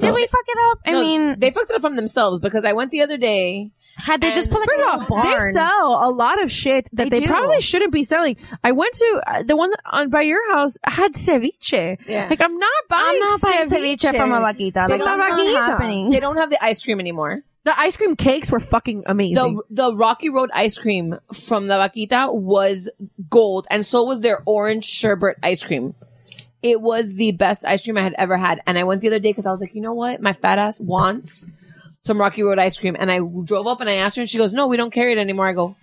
S9: Did we fuck it up? I
S10: No,
S9: mean,
S10: they fucked it up from themselves because I went the other day.
S9: had they just put like
S6: First
S9: a
S6: of
S9: little
S6: all, they
S9: barn?
S6: sell a lot of shit that
S9: They
S6: they,
S9: do.
S6: probably shouldn't be selling. I went to uh, the one that on by your house had ceviche.
S10: Yeah.
S6: Like I'm not buying.
S9: I'm not buying ceviche from a vaquita. Like that's
S6: la
S9: not
S6: vaquita.
S9: happening.
S10: They don't have the ice cream anymore.
S6: The ice cream cakes were fucking amazing.
S10: The the Rocky Road ice cream from La Vaquita was gold, and so was their orange sherbet ice cream. It was the best ice cream I had ever had, and I went the other day because I was like, you know what, my fat ass wants some Rocky Road ice cream, and I drove up and I asked her, and she goes, no, we don't carry it anymore. I go,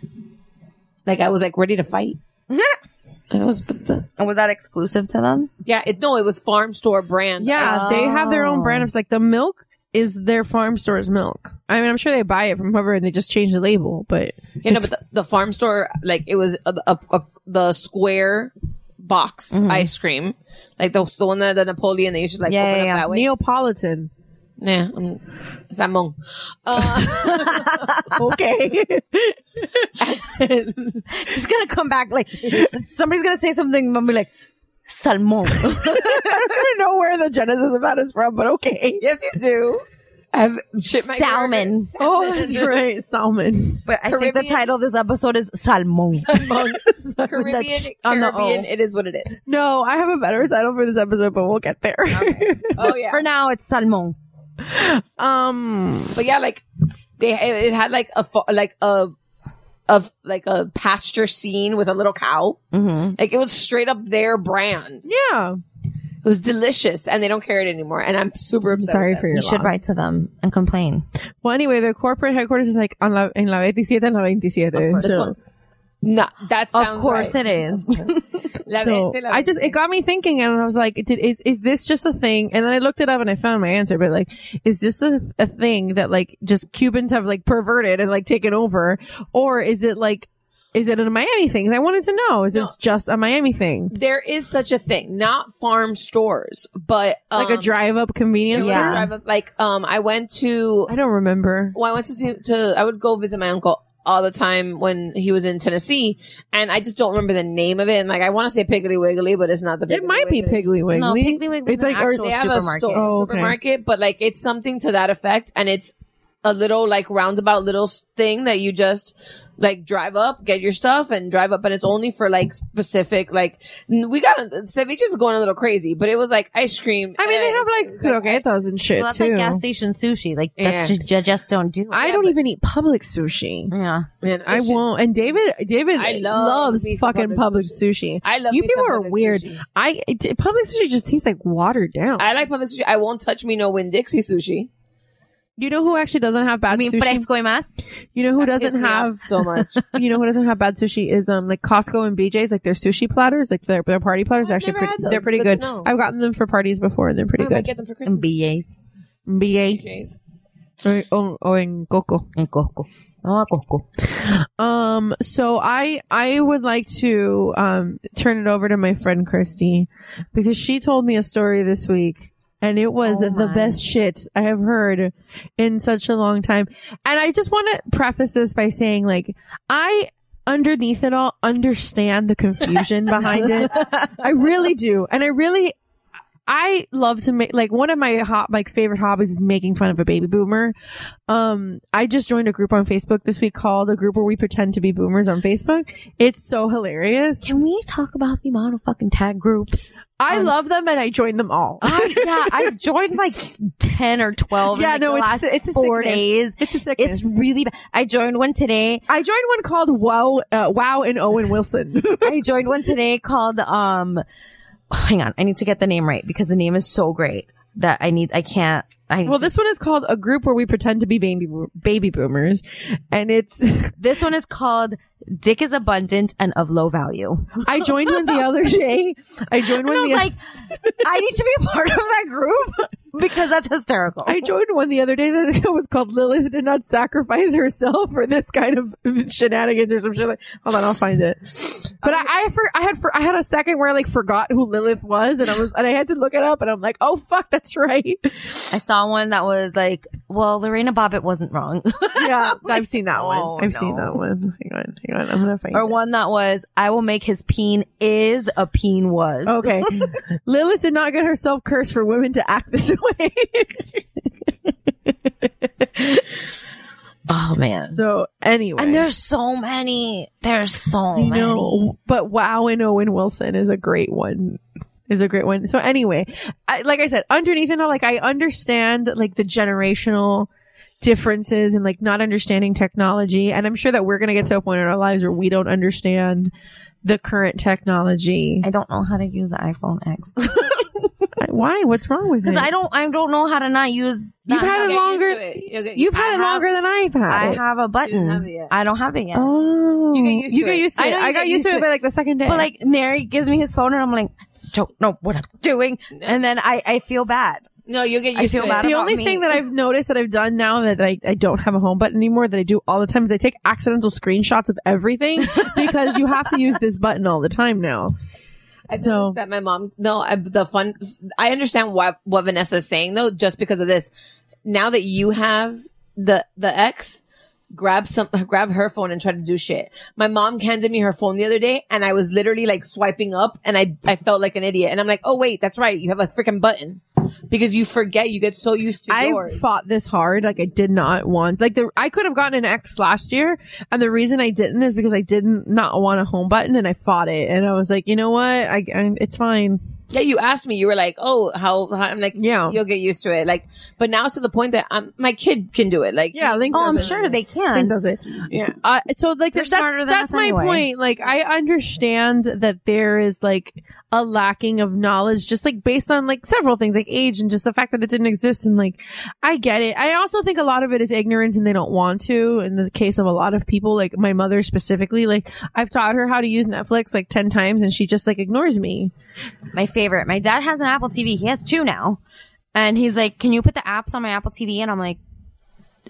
S10: like I was like ready to fight.
S6: Mm-hmm.
S10: And I was, but the-
S9: And was that exclusive to them?
S10: yeah, it no, it was farm store brand.
S6: yeah, they have their own
S9: Oh.
S6: brand of like the milk is their farm store's milk. I mean, I'm sure they buy it from whoever and they just change the label, but
S10: You know, but the, the farm store, like it was a, a, a, the square box ice cream, like the the one that the Napoleon they used to like
S9: Mm-hmm. Yeah,
S10: open
S9: yeah,
S10: up
S9: yeah.
S10: that way.
S6: Neapolitan.
S10: yeah, um, Samon.
S6: okay.
S9: She's gonna come back like somebody's gonna say something and I'm gonna be like salmon.
S6: I don't know where the genesis of that is from, but okay.
S10: Yes, you do. I've shit my
S9: Salmon.
S6: Oh, that's right. Salmon.
S9: But I think the
S10: Caribbean-
S9: title of this episode is salmon.
S10: Caribbean, Caribbean,
S9: ch- on the O.
S10: It is what it is.
S6: No, I have a better title for this episode, but we'll get there.
S10: Oh yeah,
S9: For now, it's salmon.
S6: um,
S10: but yeah, like they it, it had like a fa- like a of like a pasture scene with a little cow.
S9: Mm-hmm.
S10: Like it was straight up their brand.
S6: Yeah.
S10: It was delicious, and they don't carry it anymore. And I'm super
S6: I'm
S10: upset
S6: sorry
S10: with
S6: for
S10: them.
S6: your
S9: You should
S6: loss.
S9: write to them and complain.
S6: Well, anyway, their corporate headquarters is like on la, en la 27 and la 27.
S10: That's
S6: So,
S10: what- No, that sounds
S9: Of course
S10: right.
S9: it is.
S10: La
S6: so
S10: vente, la
S6: I just, it
S10: vente.
S6: got me thinking and I was like, did, is, is this just a thing? And then I looked it up and I found my answer, but like, is this a, a thing that like just Cubans have like perverted and like taken over? Or is it like, is it a Miami thing? 'Cause I wanted to know, is this just a Miami thing?
S10: there is such a thing, not farm stores, but um,
S6: Like a drive up
S10: it
S6: convenience
S10: was a
S6: store?
S9: Yeah.
S10: drive-up. Like um, I went to
S6: I don't remember.
S10: well, I went to see to I would go visit my uncle all the time when he was in Tennessee, and I just don't remember the name of it. And like I want to say Piggly Wiggly, but it's not the.
S6: It
S10: Piggly
S6: might be
S10: Wiggly.
S6: Piggly Wiggly.
S9: No, Piggly Wiggly's
S6: It's
S9: an
S6: like, or
S9: actual
S10: They have a
S9: supermarket.
S10: store,
S6: Oh, okay.
S10: supermarket, but like it's something to that effect, and it's a little like roundabout little s- thing that you just like drive up, get your stuff, and drive up. But it's only for like specific like n- we got ceviche is going a little crazy, but it was like ice cream.
S6: I mean, they
S10: and-
S6: have like croquetas and shit
S9: Well, that's
S6: too.
S9: like gas station sushi. Like that's
S10: Yeah.
S9: just, you just don't do. It.
S6: I don't even eat public sushi.
S9: yeah.
S10: Man,
S6: I
S10: should-
S6: won't. And David, David
S10: I love
S6: loves
S10: me some
S6: fucking public
S10: public
S6: sushi.
S10: I love
S6: You
S10: me some
S6: people are
S10: public
S6: weird.
S10: sushi.
S6: I it- public sushi just tastes like watered down.
S10: I like public sushi. I won't touch me no Win Dixie sushi.
S6: you know who actually doesn't have bad
S9: I mean,
S6: sushi?
S9: fresco y más.
S6: you know who
S10: That pissed
S6: doesn't
S10: me off
S6: have
S10: so much?
S6: you know who doesn't have bad sushi is um like Costco and BJ's like their sushi platters like their their party platters
S10: Oh, I've
S6: are actually
S10: never
S6: pretty,
S10: had those.
S6: they're pretty
S10: Good to
S6: good.
S10: know. Oh
S6: I've gotten them for parties before and they're pretty
S10: I might
S6: good.
S10: get them for Christmas.
S9: and BJ's
S6: BJ
S10: BJ's.
S6: or, or, or in Coco.
S9: and coco. Oh, coco.
S6: Um, so I I would like to um turn it over to my friend Christy because she told me a story this week and it was
S9: Oh
S6: the
S9: my.
S6: best shit I have heard in such a long time. And I just want to preface this by saying like I underneath it all understand the confusion behind it. I really do. And I really I love to make like one of my hot my favorite hobbies is making fun of a baby boomer. Um, I just joined a group on Facebook this week called a group where we pretend to be boomers on Facebook. It's so hilarious.
S9: Can we talk about the amount of fucking tag groups?
S6: I love them and I joined them all.
S9: Um, I yeah, I've joined like ten or twelve.
S6: Yeah,
S9: Yeah, in like
S6: no,
S9: the
S6: it's-
S9: last
S6: it's a
S9: four
S6: sickness.
S9: days.
S6: It's a sickness.
S9: It's really bad. I joined one today.
S6: I joined one called Wow, uh, Wow and Owen Wilson.
S9: I joined one today called um. Hang on, I need to get the name right because the name is so great that I need. I can't. I need
S6: well,
S9: to-
S6: this one is called a group where we pretend to be baby Bo- baby boomers, and it's
S9: this one is called "Dick is Abundant and of Low Value."
S6: I joined one the other day. I joined
S9: And
S6: one
S9: I was
S6: the
S9: like, I need to be a part of that group because that's hysterical.
S6: I joined one the other day that was called Lilith did not sacrifice herself for this kind of shenanigans or some shit. Like, hold on, I'll find it. But I, I, for, I had for, I had a second where I like forgot who Lilith was, and I was and I had to look it up, and I'm like, oh fuck, that's right.
S9: I saw one that was like, well, Lorena Bobbitt wasn't wrong.
S6: Yeah, I've seen that one.
S9: oh,
S6: I've seen
S9: no.
S6: that one. Hang on, hang on, I'm gonna find
S9: or
S6: it.
S9: one that was, I will make his peen is a peen was.
S6: Okay, Lilith did not get herself cursed for women to act this way.
S9: Oh man.
S6: so anyway,
S9: And there's so many. There's so
S6: I
S9: many.
S6: know, but wow, and Owen Wilson is a great one. Is a great one. So anyway, I, like I said, underneath it all, like I understand like the generational differences and like not understanding technology, and I'm sure that we're gonna get to a point in our lives where we don't understand the current technology.
S9: I don't know how to use the iPhone X
S6: I- Why? What's wrong with it?
S9: because I don't. I don't know how to not use.
S6: You've
S9: not have
S6: had it
S10: You'll get used
S6: longer.
S10: to it. You'll get
S6: You've
S9: I
S6: had it
S9: have-
S6: longer than I've had.
S9: I
S6: it.
S9: have a button.
S10: have it yet.
S9: I don't have it yet.
S6: Oh,
S10: You get used
S6: you
S10: to
S6: get
S10: it.
S6: used to
S9: I
S6: it.
S9: know
S6: I,
S9: you
S6: got used to it by like the second day.
S9: But like Nary gives me his phone and I'm like, don't know what I'm doing, and then I I feel bad.
S10: No, you'll get
S9: I
S10: used
S9: feel
S10: to it.
S9: bad
S6: the
S9: about
S6: only
S9: me.
S6: thing that I've noticed that I've done now that I, I don't have a home button anymore that I do all the time is I take accidental screenshots of everything because you have to use this button all the time now.
S10: I
S6: So-
S10: noticed that my mom. No, I, the fun. I understand what what Vanessa is saying though, just because of this. Now that you have the the ex, grab some, grab her phone and try to do shit. My mom handed me her phone the other day, and I was literally like swiping up, and I I felt like an idiot, and I'm like, oh wait, that's right, you have a freaking button because you forget, you get so used to
S6: I
S10: yours.
S6: fought this hard. Like I did not want like the I could have gotten an X last year, and the reason I didn't is because I didn't not want a home button, and I fought it, and I was like, you know what, I, I it's fine.
S10: Yeah, you asked me. You were like, "Oh, how?" how- I'm like,
S6: Yeah.
S10: you'll get used to it." Like, but now it's to the point that I'm, my kid can do it. Like,
S6: Yeah, Link.
S9: Oh,
S6: does
S9: I'm
S6: it.
S9: sure they
S6: Link
S9: can.
S6: does it. Yeah. Uh, so like,
S9: They're
S6: that's
S9: smarter than
S6: that's
S9: us
S6: my
S9: anyway.
S6: point. Like, I understand that there is like a lacking of knowledge, just like based on like several things, like age and just the fact that it didn't exist. And like, I get it. I also think a lot of it is ignorance, and they don't want to. In the case of a lot of people, like my mother specifically, like I've taught her how to use Netflix like ten times, and she just like ignores me.
S9: my favorite. My dad has an Apple TV. He has two now. And he's like, Can you put the apps on my Apple TV? And I'm like,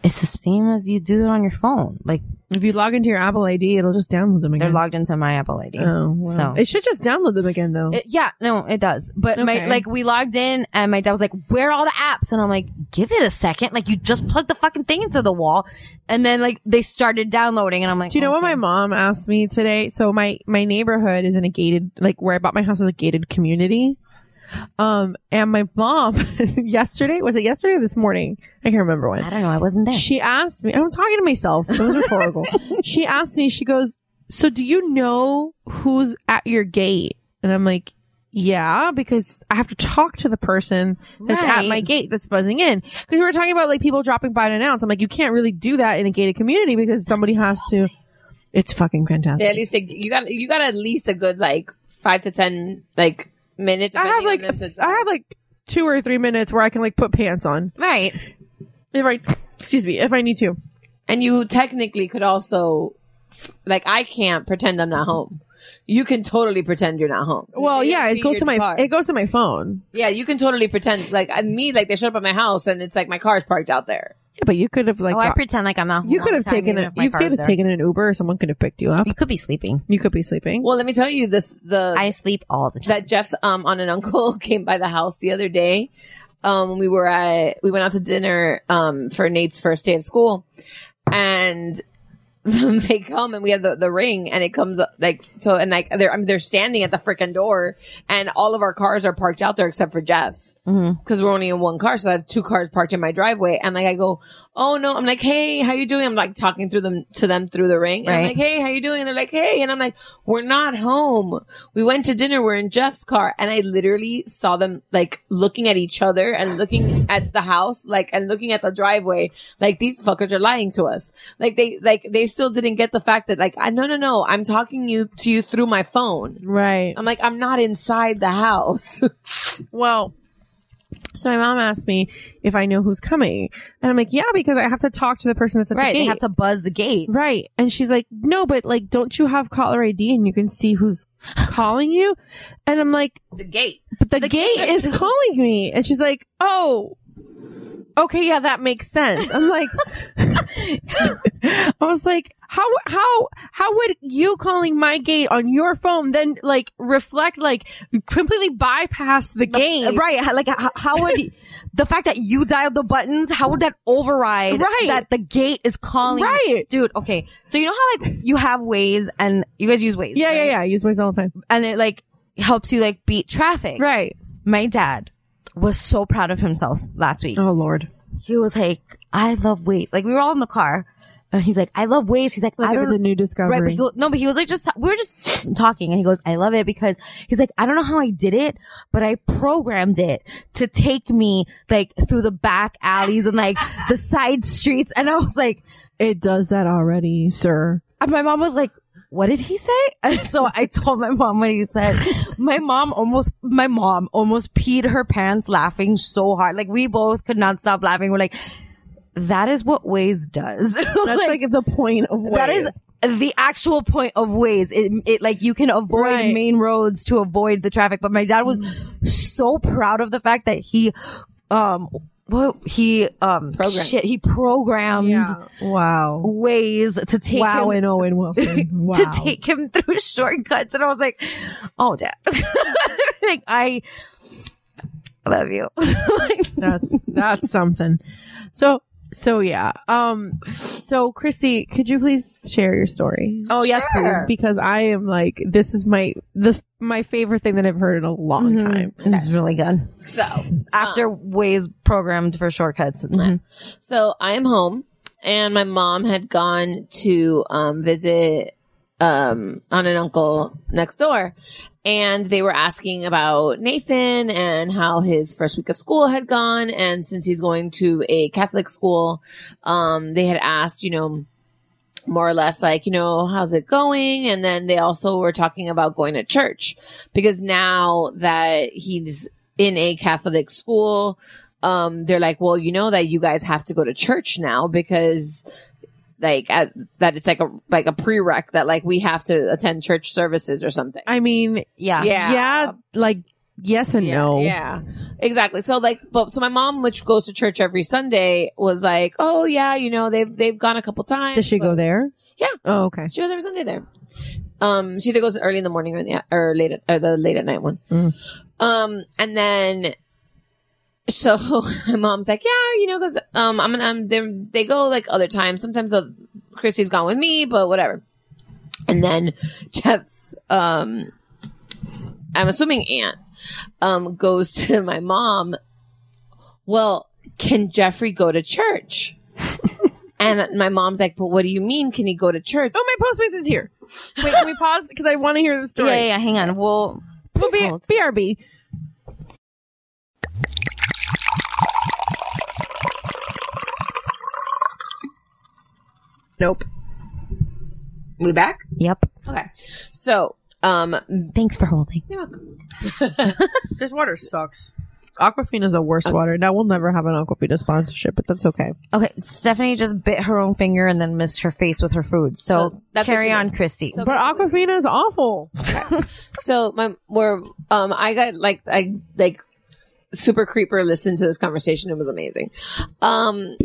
S9: It's the same as you do on your phone. Like,
S6: If you log into your Apple ID, it'll just download them
S9: they're
S6: again.
S9: logged into my Apple ID.
S6: oh, wow.
S9: So-
S6: it should just download them again though.
S9: It- yeah, no, it does. But my
S6: Okay.
S9: like we logged in and my dad was like, "Where are all the apps?" And I'm like, "Give it a second. Like you just plugged the fucking thing into the wall." And then like they started downloading and I'm like,
S6: Do you know what
S9: "Okay."
S6: my mom asked me today? So my my neighborhood is in a gated like where I bought my house is a gated community. Um and my mom yesterday was it yesterday or this morning? I can't remember when.
S9: I don't know. I wasn't there.
S6: She asked me, I'm talking to myself. It was rhetorical. she asked me, she goes, So do you know who's at your gate? And I'm like, yeah, because I have to talk to the person that's at
S9: Right.
S6: my gate that's buzzing in. Because we were talking about like people dropping by to announce. I'm like, you can't really do that in a gated community because somebody has to. It's fucking fantastic.
S10: at least like, you got you got at least a good like five to ten like minutes.
S6: I have
S10: depending
S6: like
S10: on this-
S6: I have like two or three minutes where I can like put pants on
S9: right.
S6: if I excuse me if I need to.
S10: and you technically could also f- like I can't pretend I'm not home. You can totally pretend you're not home.
S6: Well,
S10: They
S6: yeah,
S10: see
S6: it goes
S10: your
S6: to my
S10: car.
S6: it goes to my phone.
S10: yeah, you can totally pretend like I- me. Like they showed up at my house and it's like my car's parked out there.
S6: Yeah, but you could have like
S9: oh, I
S6: got-
S9: pretend like I'm not. home
S6: You
S9: all
S6: could
S9: the
S6: have
S9: time,
S6: taken
S9: even
S6: a
S9: if my
S6: you
S9: car's
S6: could have
S9: there.
S6: taken an Uber. Someone could have picked you up.
S9: You could be sleeping.
S6: You could be sleeping.
S10: Well, let me tell you this: the
S9: I sleep all the time.
S10: that Jeff's um aunt and uncle came by the house the other day. Um, we were at we went out to dinner um for Nate's first day of school, and they come and we have the, the ring and it comes up like so and like they're I mean, they're standing at the freaking door and all of our cars are parked out there except for Jeff's because we're only in one car so I have two cars parked in my driveway and like I go oh no I'm like hey how you doing I'm like talking through them to them through the ring and I'm
S9: Right.
S10: like hey how you doing and they're like hey and I'm like we're not home we went to dinner we're in Jeff's car and I literally saw them like looking at each other and looking at the house like and looking at the driveway like these fuckers are lying to us like they like they still didn't get the fact that like I no no no I'm talking you to you through my phone.
S6: right.
S10: I'm like I'm not inside the house.
S6: Well, so my mom asked me if I know who's coming, and I'm like, yeah, because I have to talk to the person that's at
S9: right.
S6: the
S9: They
S6: gate.
S9: have to buzz the gate.
S6: Right. And she's like, no, but like, don't you have caller ID and you can see who's calling you? And I'm like,
S10: the gate.
S6: but the, gate is calling me. And she's like, oh, okay, yeah, that makes sense. I'm like, I was like, how how how would you calling my gate on your phone then like reflect like completely bypass the gate?
S9: Uh, Right. How- Like, how, how would the fact that you dialed the buttons, how would that override
S6: Right.
S9: that the gate is calling?
S6: Right.
S9: Dude, okay. So you know how, like, you have ways and you guys use ways.
S6: Yeah, yeah, yeah. I use Waze all the time.
S9: And it, like, helps you, like, beat traffic.
S6: Right.
S9: My dad was so proud of himself last week.
S6: Oh Lord.
S9: He was like, I love ways. Like, we were all in the car and he's like, I love ways. He's like, I
S6: Like it
S9: don't
S6: was a new discovery.
S9: Right, but he, wa- no, but he was like just we were just talking, and he goes, "I love it because he's like, I don't know how I did it, but I programmed it to take me like through the back alleys and like the side streets." And I was like,
S6: it does that already, sir.
S9: and my mom was like, "What did he say?" And so I told my mom what he said. My mom almost, my mom almost peed her pants laughing so hard. Like we both could not stop laughing. We're like, "That is what Waze does."
S6: That's like, the point of Waze.
S9: That is the actual point of ways. It, it like you can avoid
S6: Right. Mm.
S9: main roads to avoid the traffic. But my dad was so proud of the fact that he, um, what he um
S10: Programmed.
S9: shit he programmed
S6: Wow.
S9: ways to take
S6: wow
S9: him,
S6: and Owen Wilson. Wow.
S9: to take him through shortcuts, and I was like, oh dad, like I love you. Like,
S6: that's that's something. So so yeah. Um so Christy, could you please share your story?
S9: oh yes,
S6: Please, Because I am like this is my the my favorite thing that I've heard in a long
S9: Mhm.
S6: time.
S9: please. It's really good.
S10: So
S9: After ways programmed for shortcuts,
S6: Mm-hmm.
S10: so I'm home and my mom had gone to um visit um aunt and uncle next door and they were asking about Nathan and how his first week of school had gone. And since he's going to a Catholic school, um, they had asked, you know, more or less like, you know, how's it going? And then they also were talking about going to church because now that he's in a Catholic school, um, they're like, well, you know that you guys have to go to church now because like at, that it's like a like a prereq that like we have to attend church services or something.
S6: I mean,
S9: Yeah.
S10: Yeah.
S6: yeah, like yes and
S10: yeah,
S6: no.
S10: Yeah, exactly. So like, but so my mom, which goes to church every Sunday, was like, "Oh yeah, you know they've they've gone a couple times."
S6: Does she
S10: but-
S6: go there?
S10: Yeah.
S6: Oh, okay.
S10: She goes every Sunday there. Um, she either goes early in the morning or in the, or late at, or the late at night one.
S6: Mm.
S10: Um, and then so my mom's like, yeah, you know, because um, I'm gonna um, they they go like other times. Sometimes they'll- Christy's gone with me, but whatever. And then Jeff's um, I'm assuming aunt um goes to my mom. Well, can Jeffrey go to church? and my mom's like, but what do you mean? Can he go to church?
S6: Oh, my postmates is here. Wait, can we pause because I want to hear the story.
S9: Yeah, yeah, yeah, hang on. Well,
S6: Well,
S9: please
S6: B-
S9: hold.
S6: BRB. Nope.
S10: We back?
S9: Yep.
S10: Okay. So, um,
S9: Thanks for holding.
S6: This water sucks. Aquafina is the worst water. Now we'll never have an Aquafina sponsorship, but that's okay.
S9: Okay, Stephanie just bit her own finger and then missed her face with her food. So,
S10: So that's what
S9: carry
S10: she
S9: on,
S10: does.
S9: Christy.
S10: So-
S6: But Aquafina is awful.
S10: so my where um I got like I like super creeper listened to this conversation. It was amazing. Um,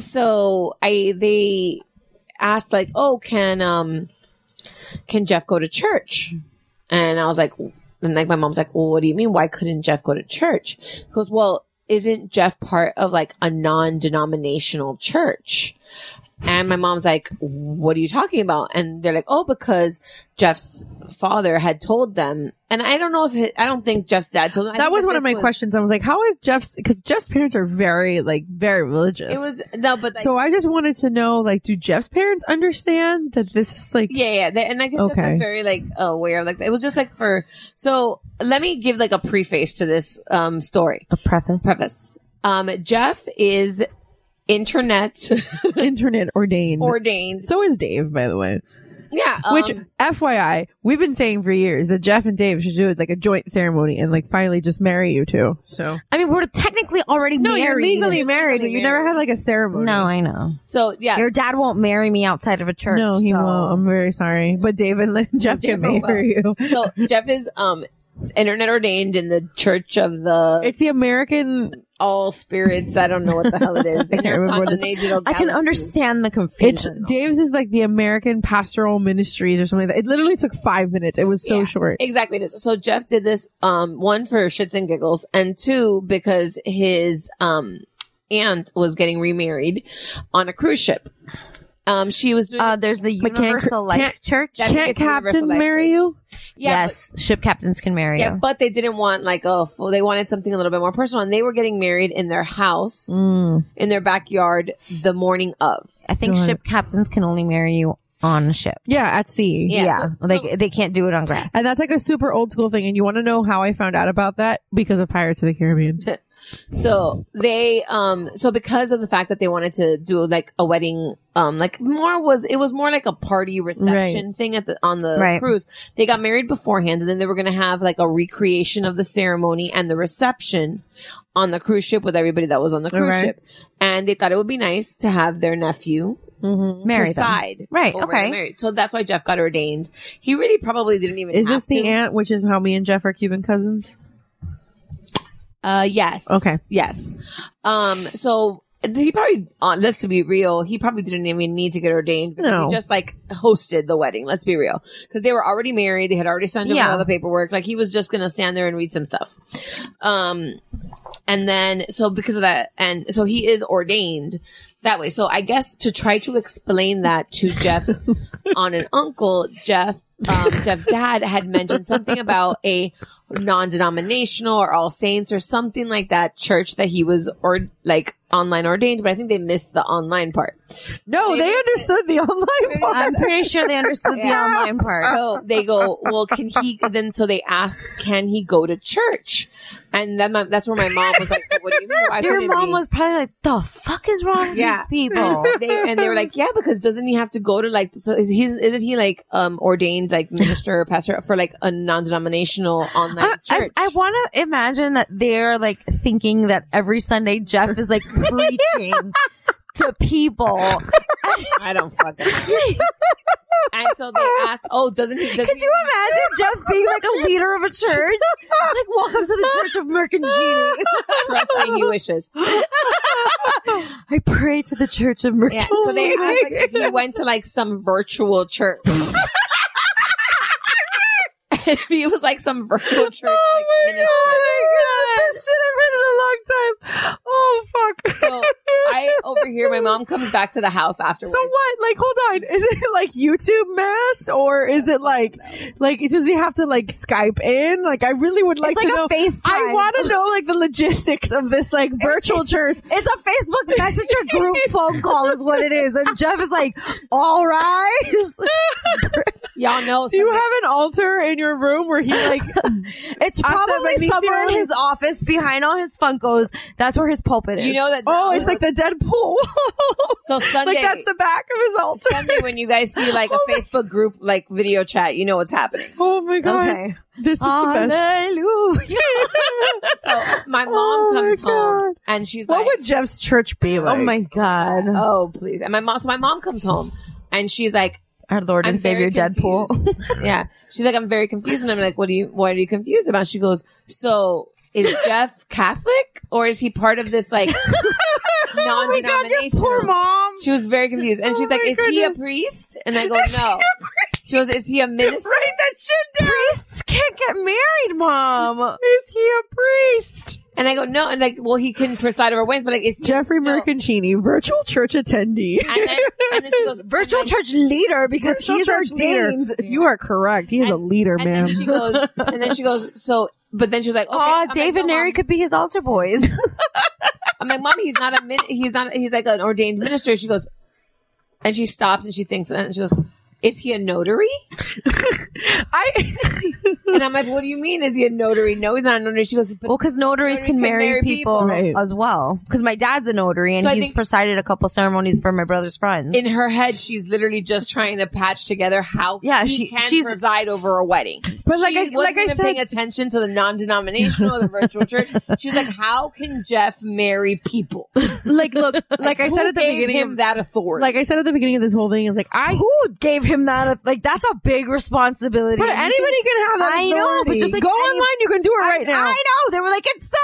S10: so I they asked like, oh, can um can Jeff go to church? And I was like, and like my mom's like, well, what do you mean? Why couldn't Jeff go to church? He goes, well, isn't Jeff part of like a non-denominational church? And my mom's like, what are you talking about? And they're like, oh, because Jeff's father had told them. And I don't know if it, I don't think Jeff's dad told them. I
S6: that
S10: think
S6: was one of
S10: this
S6: my questions. I was like, how is Jeff's, because Jeff's parents are very, like, very religious.
S10: It was no, but like,
S6: so I just wanted to know, like, do Jeff's parents understand that this is like,
S10: Yeah, yeah, they- and I think okay.
S6: Okay.
S10: very like aware. of, Like it was just like for. So let me give like a preface to this um story.
S9: a preface.
S10: Preface. Um, Jeff is internet
S6: internet ordained?
S10: ordained.
S6: so is Dave, by the way.
S10: Yeah, um,
S6: Which, FYI, we've been saying for years that Jeff and Dave should do like a joint ceremony and like finally just marry you two. So
S9: I mean, we're technically already
S6: no,
S9: married.
S6: you're legally married, but you never had like a ceremony.
S9: No, I know.
S10: so yeah,
S9: Your dad won't marry me outside of a church.
S6: no, he
S9: so-
S6: won't. I'm very sorry, but Dave and Lynn, Jeff
S10: Dave
S6: can marry you.
S10: so Jeff is um internet ordained in the Church of the
S6: It's the American.
S10: All Spirits. I don't know what the hell it is.
S6: remember what it is.
S10: Intercontinental
S9: I can
S10: Galaxy.
S9: understand the
S6: It's
S9: confusion.
S6: Dave's is like the American Pastoral Ministries or something. Like that. It literally took five minutes. It was so
S10: Yeah.
S6: short.
S10: Exactly. it is. So Jeff did this um one for shits and giggles and two because his um aunt was getting remarried on a cruise ship. Um she was doing
S9: uh, there's the
S6: But can't-
S9: Universal Life
S6: can't-
S9: Church.
S10: That's-
S6: Can't
S10: it's universal
S6: captains
S10: life
S6: marry
S10: church.
S6: you?
S10: yeah,
S9: yes, ship captains can marry
S10: but, yeah,
S9: you.
S10: but they didn't want like a full they wanted something a little bit more personal and they were getting married in their house
S9: Mm.
S10: in their backyard the morning of.
S9: I think
S6: Right.
S9: ship captains can only marry you on a ship.
S6: Yeah, at sea.
S9: Yeah,
S10: Yeah,
S9: like they can't do it on grass.
S6: And that's like a super old school thing. And you want to know how I found out about that? Because of Pirates of the Caribbean.
S10: So they um so because of the fact that they wanted to do like a wedding um like more was it was more like a party reception thing at the on the
S9: Right.
S10: cruise. They got married beforehand and then they were going to have like a recreation of the ceremony and the reception on the cruise ship with everybody that was on the cruise
S6: Right.
S10: ship. And they thought it would be nice to have their nephew
S6: Mm-hmm.
S9: Marry them.
S10: preside
S9: Right,
S10: over
S9: okay.
S10: the marriage. So that's why Jeff got ordained. He really probably didn't even
S6: Is this
S10: have
S6: the
S10: to.
S6: aunt, which is how me and Jeff are Cuban cousins?
S10: Uh, yes.
S6: Okay.
S10: Yes. Um, so he probably, uh, let's to be real, he probably didn't even need to get ordained because
S6: No.
S10: he just like hosted the wedding. Let's be real, because they were already married. They had already signed over
S9: Yeah.
S10: all the paperwork. Like he was just gonna stand there and read some stuff. Um, and then so because of that, and so he is ordained that way. So I guess to try to explain that to Jeff's on an uncle, Jeff, um, Jeff's dad had mentioned something about a non-denominational or All Saints or something like that church that he was or like online ordained, but I think they missed the online part.
S6: No, they understood the online
S9: I'm
S6: part.
S9: pretty sure they understood the online part.
S10: So they go, well, can he? Then so they asked, can he go to church? And then my, that's where my mom was like, what do you mean? Why
S9: Your
S10: couldn't
S9: mom
S10: he?
S9: was probably like, "The fuck is wrong with
S10: Yeah.
S9: these people?"
S10: And they, and they were like, yeah, because doesn't he have to go to like, so is he's, isn't he like, um, ordained like minister or pastor for like a non-denominational online
S9: I, I,
S10: church?
S9: I want to imagine that they're like thinking that every Sunday Jeff is like preaching to people.
S10: I don't fucking know. and so they asked, oh, doesn't he, does
S9: Could you imagine Jeff being like a leader of a church? Like, welcome to the Church of Mercantini.
S10: trust me, he wishes.
S9: I pray to the Church of Mercantini.
S10: Yeah.
S6: Oh
S10: So they asked, like, if he went to like some virtual church. if he was like some virtual church, like minister.
S6: Oh my god, this shit I've heard in a long time. Oh fuck.
S10: So I overhear my mom comes back to the house afterwards.
S6: So what? Like, hold on. Is it like YouTube mass or is it like, like, does he have to like Skype in? Like, I really would like
S9: It's
S6: to
S9: like
S6: know.
S9: a FaceTime.
S6: I want to know like the logistics of this like virtual church.
S9: It's a Facebook Messenger group phone call, is what it is. And Jeff is like, all rise.
S10: Y'all know.
S6: Do you
S10: someday-
S6: have an altar in your room where he like?
S9: It's
S6: Hasta
S9: probably
S6: Benicio.
S9: somewhere in his office behind all his Funkos. That's where his pulpit is.
S10: you know that.
S6: oh, it's like the Deadpool.
S10: so Sunday.
S6: like that's the back of his altar.
S10: Sunday when you guys see like a Facebook group like video chat, you know what's happening.
S6: Oh my god,
S9: Okay.
S6: this is the best.
S9: Hallelujah.
S10: So my mom
S6: Oh my
S10: comes home
S6: God.
S10: and she's
S6: What
S10: like,
S6: would Jeff's church be like?
S9: Oh my God.
S10: "Oh, please!" And my mom, so my mom comes home and she's like,
S9: Our Lord and
S10: I'm very
S9: Savior Deadpool.
S10: confused. yeah. She's like, I'm very confused. And I'm like, what do you, what are you confused about? She goes, so is Jeff Catholic or is he part of this like
S9: Oh
S10: non-denominational?
S9: Poor mom. Oh
S10: she was very confused. And she's like,
S6: my
S10: is he a
S6: goodness.
S10: priest? And I go, no. She goes, is he a minister?
S6: Write that shit down.
S9: Priests can't get married, mom.
S6: Is he a priest?
S10: And I go, no. And like, well, he can preside over weddings, but like, is he?
S6: Jeffrey
S10: No.
S6: Mercancini, virtual church attendee.
S10: And then, and then she goes,
S9: Virtual
S10: and then-
S9: church leader because
S6: Virtual
S9: he's
S6: church leader.
S9: ordained.
S6: You are correct. He is a leader,
S10: And then
S6: man.
S10: she goes, and then she goes, so, but then she was like, okay. um,
S9: Aw,
S10: I'm like,
S9: Dave
S10: no,
S9: and Mary
S10: Mom.
S9: could be his altar boys.
S10: I'm like, mom, he's not a min- he's not he's like an ordained minister. She goes, and she stops and she thinks and she goes, is he a notary?
S6: I
S10: And I'm like, what do you mean? Is he a notary? No, he's not a notary. She goes, but
S9: Well, because notaries, can marry, people,
S6: people. Right.
S9: as well. Because my dad's a notary and
S10: So I
S9: he's
S10: think-
S9: presided a couple ceremonies for my brother's friends.
S10: in her head, she's literally just trying to patch together how
S9: Yeah,
S10: he
S9: she-
S10: can
S9: she's-
S10: preside over a wedding.
S6: But like
S10: she
S6: I-
S10: wasn't
S6: like I
S10: even
S6: said-
S10: paying attention to the non-denominational, the virtual church. She was like, how can Jeff marry people?
S6: like look like I
S10: Who
S6: said at the
S10: gave
S6: beginning
S10: him
S6: of,
S10: that authority.
S6: like I said at the beginning of this whole thing is like I
S9: Who gave him that? Like, that's a big responsibility.
S6: but anybody can have that
S9: I know, but
S6: authority.
S9: just like
S6: go
S9: any-
S6: online you can do it
S9: I-
S6: right now.
S9: I know. They were like, it's so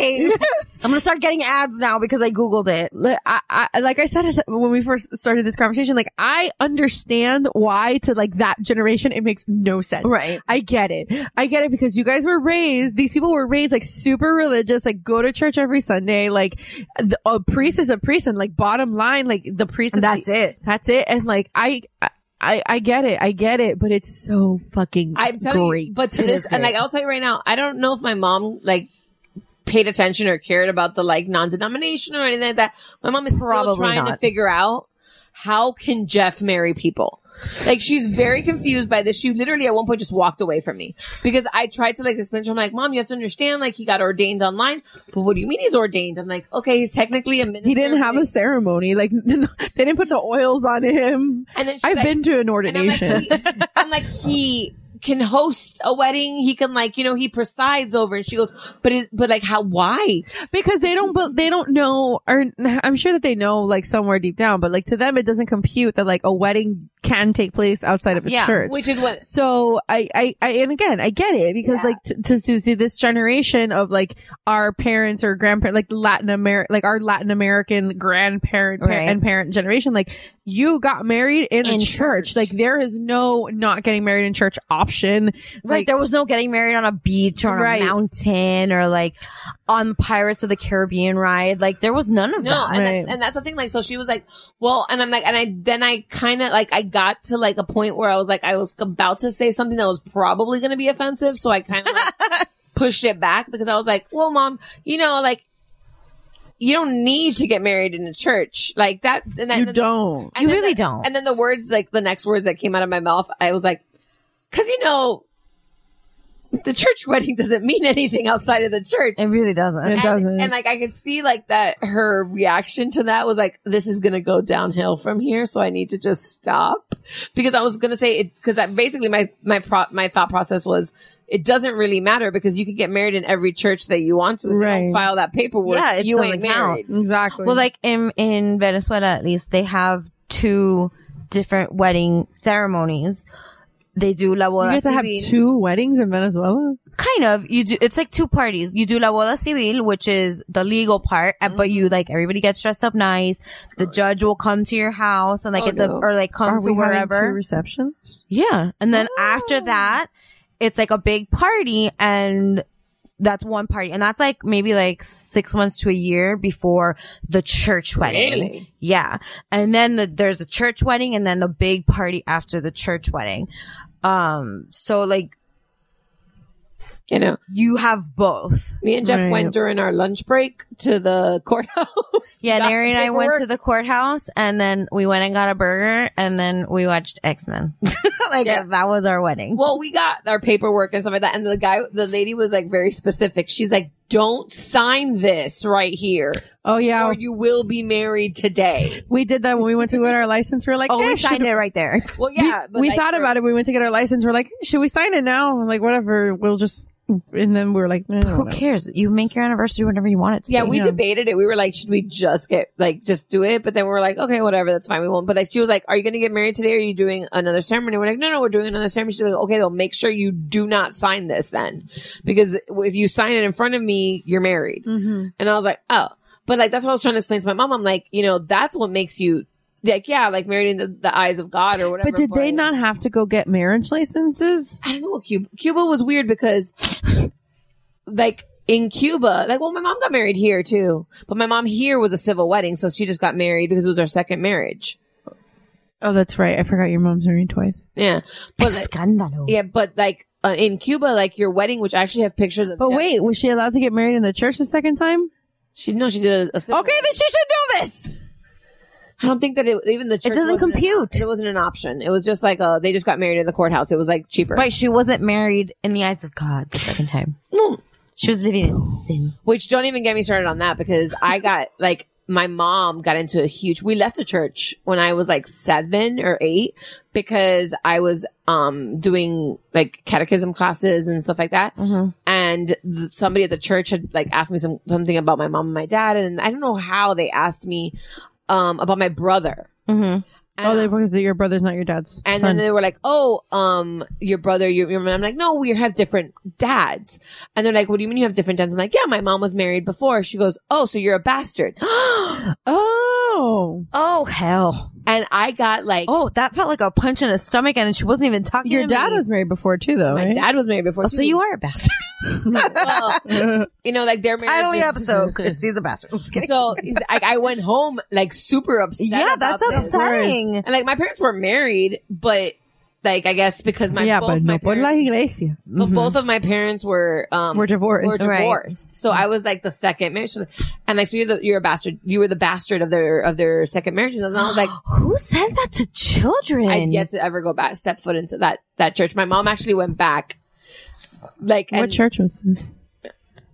S9: easy. I'm going to start getting ads now because I Googled it.
S6: Li- I, I, like I said at the- when we first started this conversation, like I understand why to like that generation it makes no sense.
S9: Right.
S6: I get it. I get it because you guys were raised. These people were raised like super religious, like go to church every Sunday. Like the, a priest is a priest, and like bottom line, like the priest is
S9: That's it.
S6: that's it. And like I. I, I get it. I get it, but it's so fucking
S10: I'm telling
S6: great.
S10: you, but to
S6: It
S10: this,
S6: is
S10: and
S6: great.
S10: like I'll tell you right now, I don't know if my mom like paid attention or cared about the like non-denominational or anything like that. My mom is
S9: Probably
S10: still trying to
S9: not.
S10: figure out how can Jeff marry people. Like she's very confused by this. She literally at one point just walked away from me because I tried to like explain to her. I'm like, Mom, you have to understand. Like he got ordained online, but what do you mean he's ordained? I'm like, okay, he's technically a minister.
S6: he didn't have a ceremony. Like they didn't put the oils on him.
S10: And then she's
S6: I've
S10: like-
S6: been to an
S10: And I'm like,
S6: ordination.
S10: he- I'm like, he can host a wedding. He can like, you know, he presides over. And she goes, but it, but like, how? Why?
S6: because they don't but they don't know or i'm sure that they know like somewhere deep down but like to them it doesn't compute that like a wedding can take place outside of a
S9: Yeah,
S6: church
S10: Which is what
S6: so I, I, I, and again, I get it because
S10: Yeah.
S6: like t- to, to see this generation of like our parents or grandparents, like Latin America, like our Latin American grandparent par-
S9: Right.
S6: and parent generation, like you got married in, a
S9: In
S6: church.
S9: church.
S6: Like there is no not getting married in church option.
S9: Right. there was no getting married on a beach or on
S6: Right.
S9: a mountain or like on the Pirates of the Caribbean ride. Like, there was none of
S10: No,
S9: that.
S10: and,
S6: Right.
S10: then, and that's the thing. Like, so she was like, "Well," and I'm like, and I then I kind of like I got to like a point where I was like, I was about to say something that was probably going to be offensive, so I kind of like, pushed it back because I was like, "Well, mom, you know, like." you don't need to get married in a church like that. And that
S6: You
S10: and-
S6: don't.
S10: and
S9: You
S10: then
S9: really
S10: the-
S9: don't.
S10: And then the words, like the next words that came out of my mouth, I was like, because you know, the church wedding doesn't mean anything outside of the church.
S9: It really doesn't.
S6: It
S10: and,
S6: doesn't.
S10: and like I could see like that her reaction to that was like this is gonna go downhill from here, so I need to just stop because I was gonna say it because basically my my pro- my thought process was it doesn't really matter because you could get married in every church that you want to, and they don't
S6: Right.
S10: file that paperwork,
S9: Yeah, it
S10: you
S9: doesn't
S10: ain't
S9: count.
S10: married.
S6: Exactly.
S9: Well, like in in Venezuela, at least they have two different wedding ceremonies. They do la
S6: you
S9: boda
S6: get to have
S9: civil.
S6: two weddings in Venezuela.
S9: kind of. You do. It's like two parties. You do la boda civil, which is the legal part, and but
S6: Mm-hmm.
S9: you like everybody gets dressed up nice. The judge will come to your house and like
S10: Oh,
S9: it's a
S10: no.
S9: or like come
S6: Are
S9: to
S6: we having two
S9: wherever.
S6: receptions?
S9: yeah, and then after that, it's like a big party and. That's one party, and that's like maybe like six months to a year before the church wedding.
S10: Really?
S9: Yeah. And then the, there's the church wedding and then the big party after the church wedding. Um, so like
S10: You know,
S9: you have both.
S10: me and Jeff
S6: Right.
S10: went during our lunch break to the courthouse.
S9: Yeah.
S10: Got
S9: Nary and I went to
S10: paperwork.
S9: the courthouse and then we went and got a burger and then we watched X-Men. like
S10: Yeah.
S9: that was our wedding.
S10: Well, we got our paperwork and stuff like that. And the guy, the lady was like very specific. She's like, don't sign this right here
S6: Oh yeah,
S10: or you will be married today.
S6: we did that when we went to get our license. We were like,
S9: Oh,
S6: "Eh,
S9: we
S6: should-
S9: signed it right there.
S10: Well, yeah.
S6: we thought about it. We went to get our license. We're like, should we sign it now? I'm like, whatever. We'll just. And then we were like, no, no,
S9: Who
S6: no.
S9: cares? You make your anniversary whenever you want it to
S10: Yeah,
S9: be.
S10: we
S6: Yeah.
S10: debated it. We were like, should we just get, like, just do it? But then we were like, okay, whatever, that's fine. We won't. But like, she was like, are you going to get married today? Or are you doing another ceremony? We're like, no, no, we're doing another ceremony. She's like, okay, then make sure you do not sign this then. Because if you sign it in front of me, you're married.
S6: Mhm.
S10: And I was like, oh. But like that's what I was trying to explain to my mom. I'm like, you know, that's what makes you like, yeah, like married in the, the eyes of God or whatever.
S6: But did they not have to go get marriage licenses?
S10: I don't know. Cuba Cuba was weird because, like in Cuba, like well, my mom got married here too, but my mom here was a civil wedding, so she just got married because it was her second marriage.
S6: Oh, that's right. I forgot your mom's married twice.
S10: Yeah, but like,
S9: Scandalo.
S10: yeah, but like uh, in Cuba, like your wedding, which I actually have pictures of.
S6: But
S10: Jeff-
S6: wait, was she allowed to get married in the church the second time?
S10: she no, she did a, a civil.
S6: Okay, then she should know this.
S10: I don't think that it, even the church
S9: doesn't
S10: wasn't an-
S9: compute.
S10: it wasn't an option. It was just like uh, they just got married in the courthouse. It was like cheaper.
S9: Right. She wasn't married in the eyes of God the second time.
S10: No.
S9: She was living in sin.
S10: Which don't even get me started on that because I got like my mom got into a huge we left a church when I was like seven or eight because I was um doing like catechism classes and stuff like that. And th- somebody at the church had like asked me some something about my mom and my dad and I don't know how they asked me um about my brother.
S9: Mm-hmm.
S6: Oh, they
S10: And-
S6: because your brother's not your dad's
S10: and
S6: son.
S10: then they were like, "Oh, um, your brother, your, your mom." I'm like, "No, we have different dads." And they're like, "What do you mean you have different dads?" I'm like, "Yeah, my mom was married before." She goes, "Oh, so you're a bastard?"
S6: oh,
S9: Oh hell!
S10: And I got like,
S9: Oh, that felt like a punch in the stomach, and she wasn't even talking.
S6: your
S9: to
S6: dad
S9: me.
S6: was married before too, though.
S10: "My
S6: right?
S10: dad was married before."
S9: Oh, so
S10: too."
S9: you are a bastard.
S10: Well, you know, like their marriage.
S9: Title of the
S10: is-
S9: episode: Christy's a bastard. I'm just kidding.
S10: So I, I went home like super upset.
S9: yeah,
S10: about
S9: that's
S10: this.
S9: upsetting.
S10: And like my parents were married, but like I guess because my
S6: yeah,
S10: both
S6: but
S10: my
S6: no por
S10: parents-
S6: la iglesia.
S10: But both of my parents were um
S6: Mm-hmm. Were divorced.
S10: Were
S9: Right.
S10: divorced. So I was like the second marriage, and like so you're the, you're a bastard. You were the bastard of their of their second marriage, and I was like.
S9: Who says that to children?
S10: I've yet to ever go back, step foot into that that church. My mom actually went back, like
S6: What
S10: and
S6: church was this?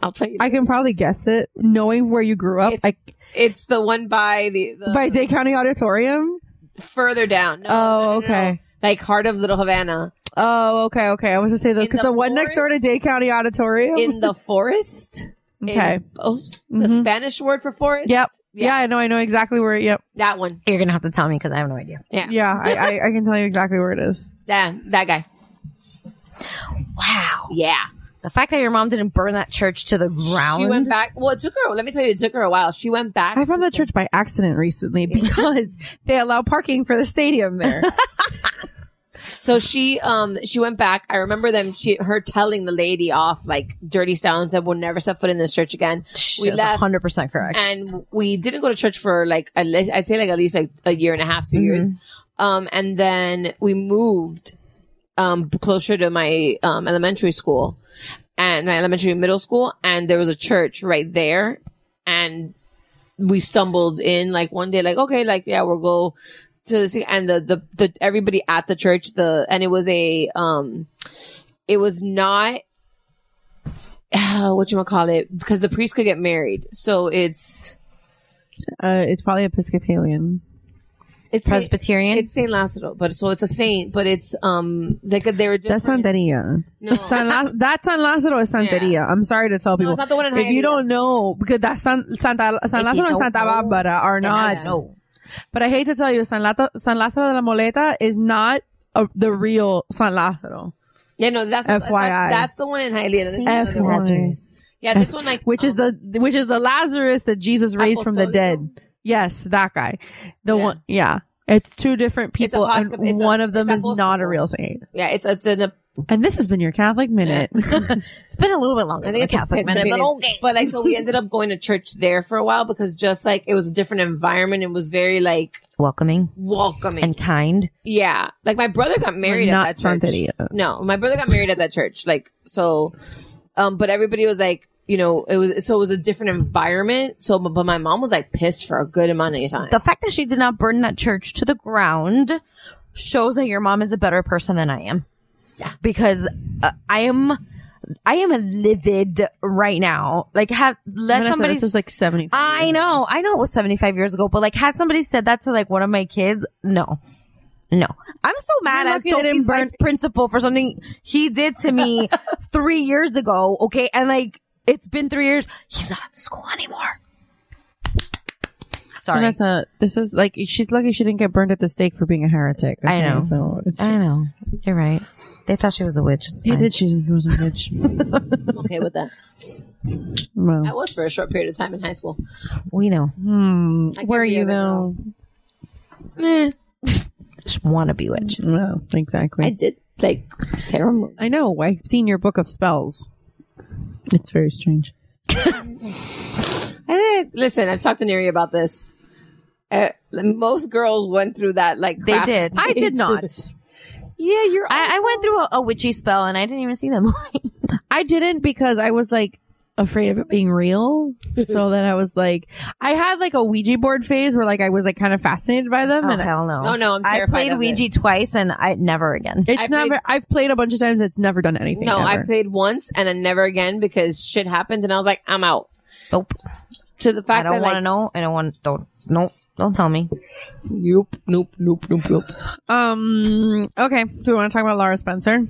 S10: I'll tell you,
S6: I can probably guess it, knowing where you grew up.
S10: It's- um,
S6: I,
S10: it's the one by the, the
S6: by Day County Auditorium.
S10: further down. No,
S6: Oh,
S10: no, no, no,
S6: okay.
S10: no. like heart of Little Havana
S6: Oh, okay, okay. I was gonna say though,
S10: In
S6: because
S10: the
S6: the, one next door to
S10: forest?
S6: Day County Auditorium.
S10: in the forest.
S6: okay.
S10: In- oh, the
S6: Mhm.
S10: Spanish word for forest.
S6: Yep. Yeah.
S10: yeah,
S6: I know. I know exactly where. Yep.
S10: that one.
S9: You're gonna have to tell me because I have no idea.
S10: Yeah, yeah,
S6: Yeah. I, I, I can tell you exactly where it is.
S10: that guy.
S9: Wow,
S10: Yeah.
S9: the fact that your mom didn't burn that church to the ground.
S10: She went back. Well, it took her. Let me tell you, it took her a while. She went back.
S6: I found that church by accident recently because they allow parking for the stadium there.
S10: So she, um, she went back. I remember them. She, her telling the lady off like dirty style and said, "We'll never step foot in this church again."
S9: She
S10: We
S9: was
S10: left.
S9: 100 percent correct.
S10: And we didn't go to church for like at least, I'd say like at least like a year and a half, 2 years.
S9: Mm-hmm.
S10: Um, and then we moved um closer to my um elementary school and my elementary and middle school, and there was a church right there, and we stumbled in like one day, like okay, like yeah, we'll go to this and the the, the everybody at the church the and it was a um it was not what you want to call it because the priest could get married so it's
S6: Uh, it's probably Episcopalian.
S10: it's Saint-
S9: Presbyterian.
S10: it's Saint Lazaro but so it's a saint but it's um like they were
S6: That's Santeria.
S10: No.
S6: San La- that's San Lazaro is Santeria. I'm sorry to tell people.
S10: it's not the one in
S6: if you
S10: Hialeah.
S6: don't know, because that's San, Santa, San
S9: If you
S6: Lazaro and
S9: don't
S6: Santa
S9: know,
S6: Barbara are
S9: Then I
S6: not.
S9: don't know.
S6: But I hate to tell you, San, Lata, San Lazaro de la Moleta is not a, the real San Lazaro,
S10: yeah no that's
S6: FYI.
S10: that's the one in Hialeah That's the
S6: F-
S10: one.
S9: Lazarus.
S10: yeah this one like um,
S6: which is the which is the Lazarus that Jesus raised from the
S10: Apostolico?
S6: dead. Yes, that guy. The
S10: Yeah.
S6: one, yeah. It's two different
S10: It's
S6: people, and
S10: apostol- it's a-
S6: one of them is
S10: it's
S6: not a
S10: apostolico.
S6: real saint.
S10: yeah it's it's an
S6: And this has been your Catholic minute.
S9: It's been a little bit longer.
S10: I
S9: than
S10: think
S9: the
S10: it's a
S9: Catholic
S10: Episcopalian.
S9: minute, but okay.
S10: But like, so we ended up going to church there for a while because just like it was a different environment. It was very like
S9: welcoming
S10: welcoming.
S9: and kind.
S10: yeah, like my brother got married
S6: not
S10: at that church.
S6: Santeria.
S10: No, my brother got married at that church. Like so, um, but everybody was like, you know, it was so it was a different environment. So, but my mom was like pissed for a good amount of time.
S9: The fact that she did not burn that church to the ground shows that your mom is a better person than I am. Because uh, I am, I am livid right now. Like, have let
S6: Vanessa,
S9: somebody
S6: this was like 70.
S9: I know, I know it was 75 years ago, but like, had somebody said that to like one of my kids, no. No. I'm so mad
S6: You're
S9: at
S6: lucky they didn't
S9: Sophie's
S6: burn-
S9: vice principal for something he did to me three years ago, okay? And like, it's been three years. He's not in school anymore. Sorry.
S6: Vanessa, this is like, she's lucky she didn't get burned at the stake for being a heretic.
S9: I know.
S6: So it's,
S9: I know. You're right. They thought she was a witch. It's
S6: yeah,
S9: fine.
S6: did she? She was a witch.
S10: I'm okay with that.
S6: well,
S10: That was for a short period of time in high school.
S9: We know.
S6: hmm,
S10: I
S6: where are
S10: can't be
S6: you
S10: a
S6: though?
S10: liberal.
S9: Just want to be witch.
S10: Mm-hmm.
S6: Well, exactly.
S10: I
S6: I,
S10: did like ceremony.
S6: know. I've seen your book of spells. It's very strange.
S10: I did. Listen, I've talked to Neri about this. Uh, most girls went through that. Like
S9: They
S10: craft
S9: did.
S10: stage.
S9: I did not.
S10: Yeah,
S9: I,
S10: you're.
S9: I
S10: also-
S9: went through a, a witchy spell and I didn't even see them.
S6: I didn't because I was like afraid of it being real. so then I was like, I had like a Ouija board phase where like I was like kind of fascinated by them.
S9: oh,
S6: and
S9: hell no.
S10: Oh, no, I'm
S9: I
S10: terrified
S9: played
S10: of it.
S9: Ouija twice and I never again.
S6: It's
S10: I
S6: never.
S10: played-
S6: I've played a bunch of times. It's never done anything.
S10: No, I
S6: ever.
S10: played once and then never again because shit happened, and I was like, I'm out.
S9: Nope.
S10: To the
S9: I
S10: fact
S9: don't want
S10: that like,
S9: to know. I don't want. Don't. Nope. Don't tell me.
S10: nope, nope, nope, nope, nope.
S6: Um. Okay. Do we want to talk about Laura Spencer?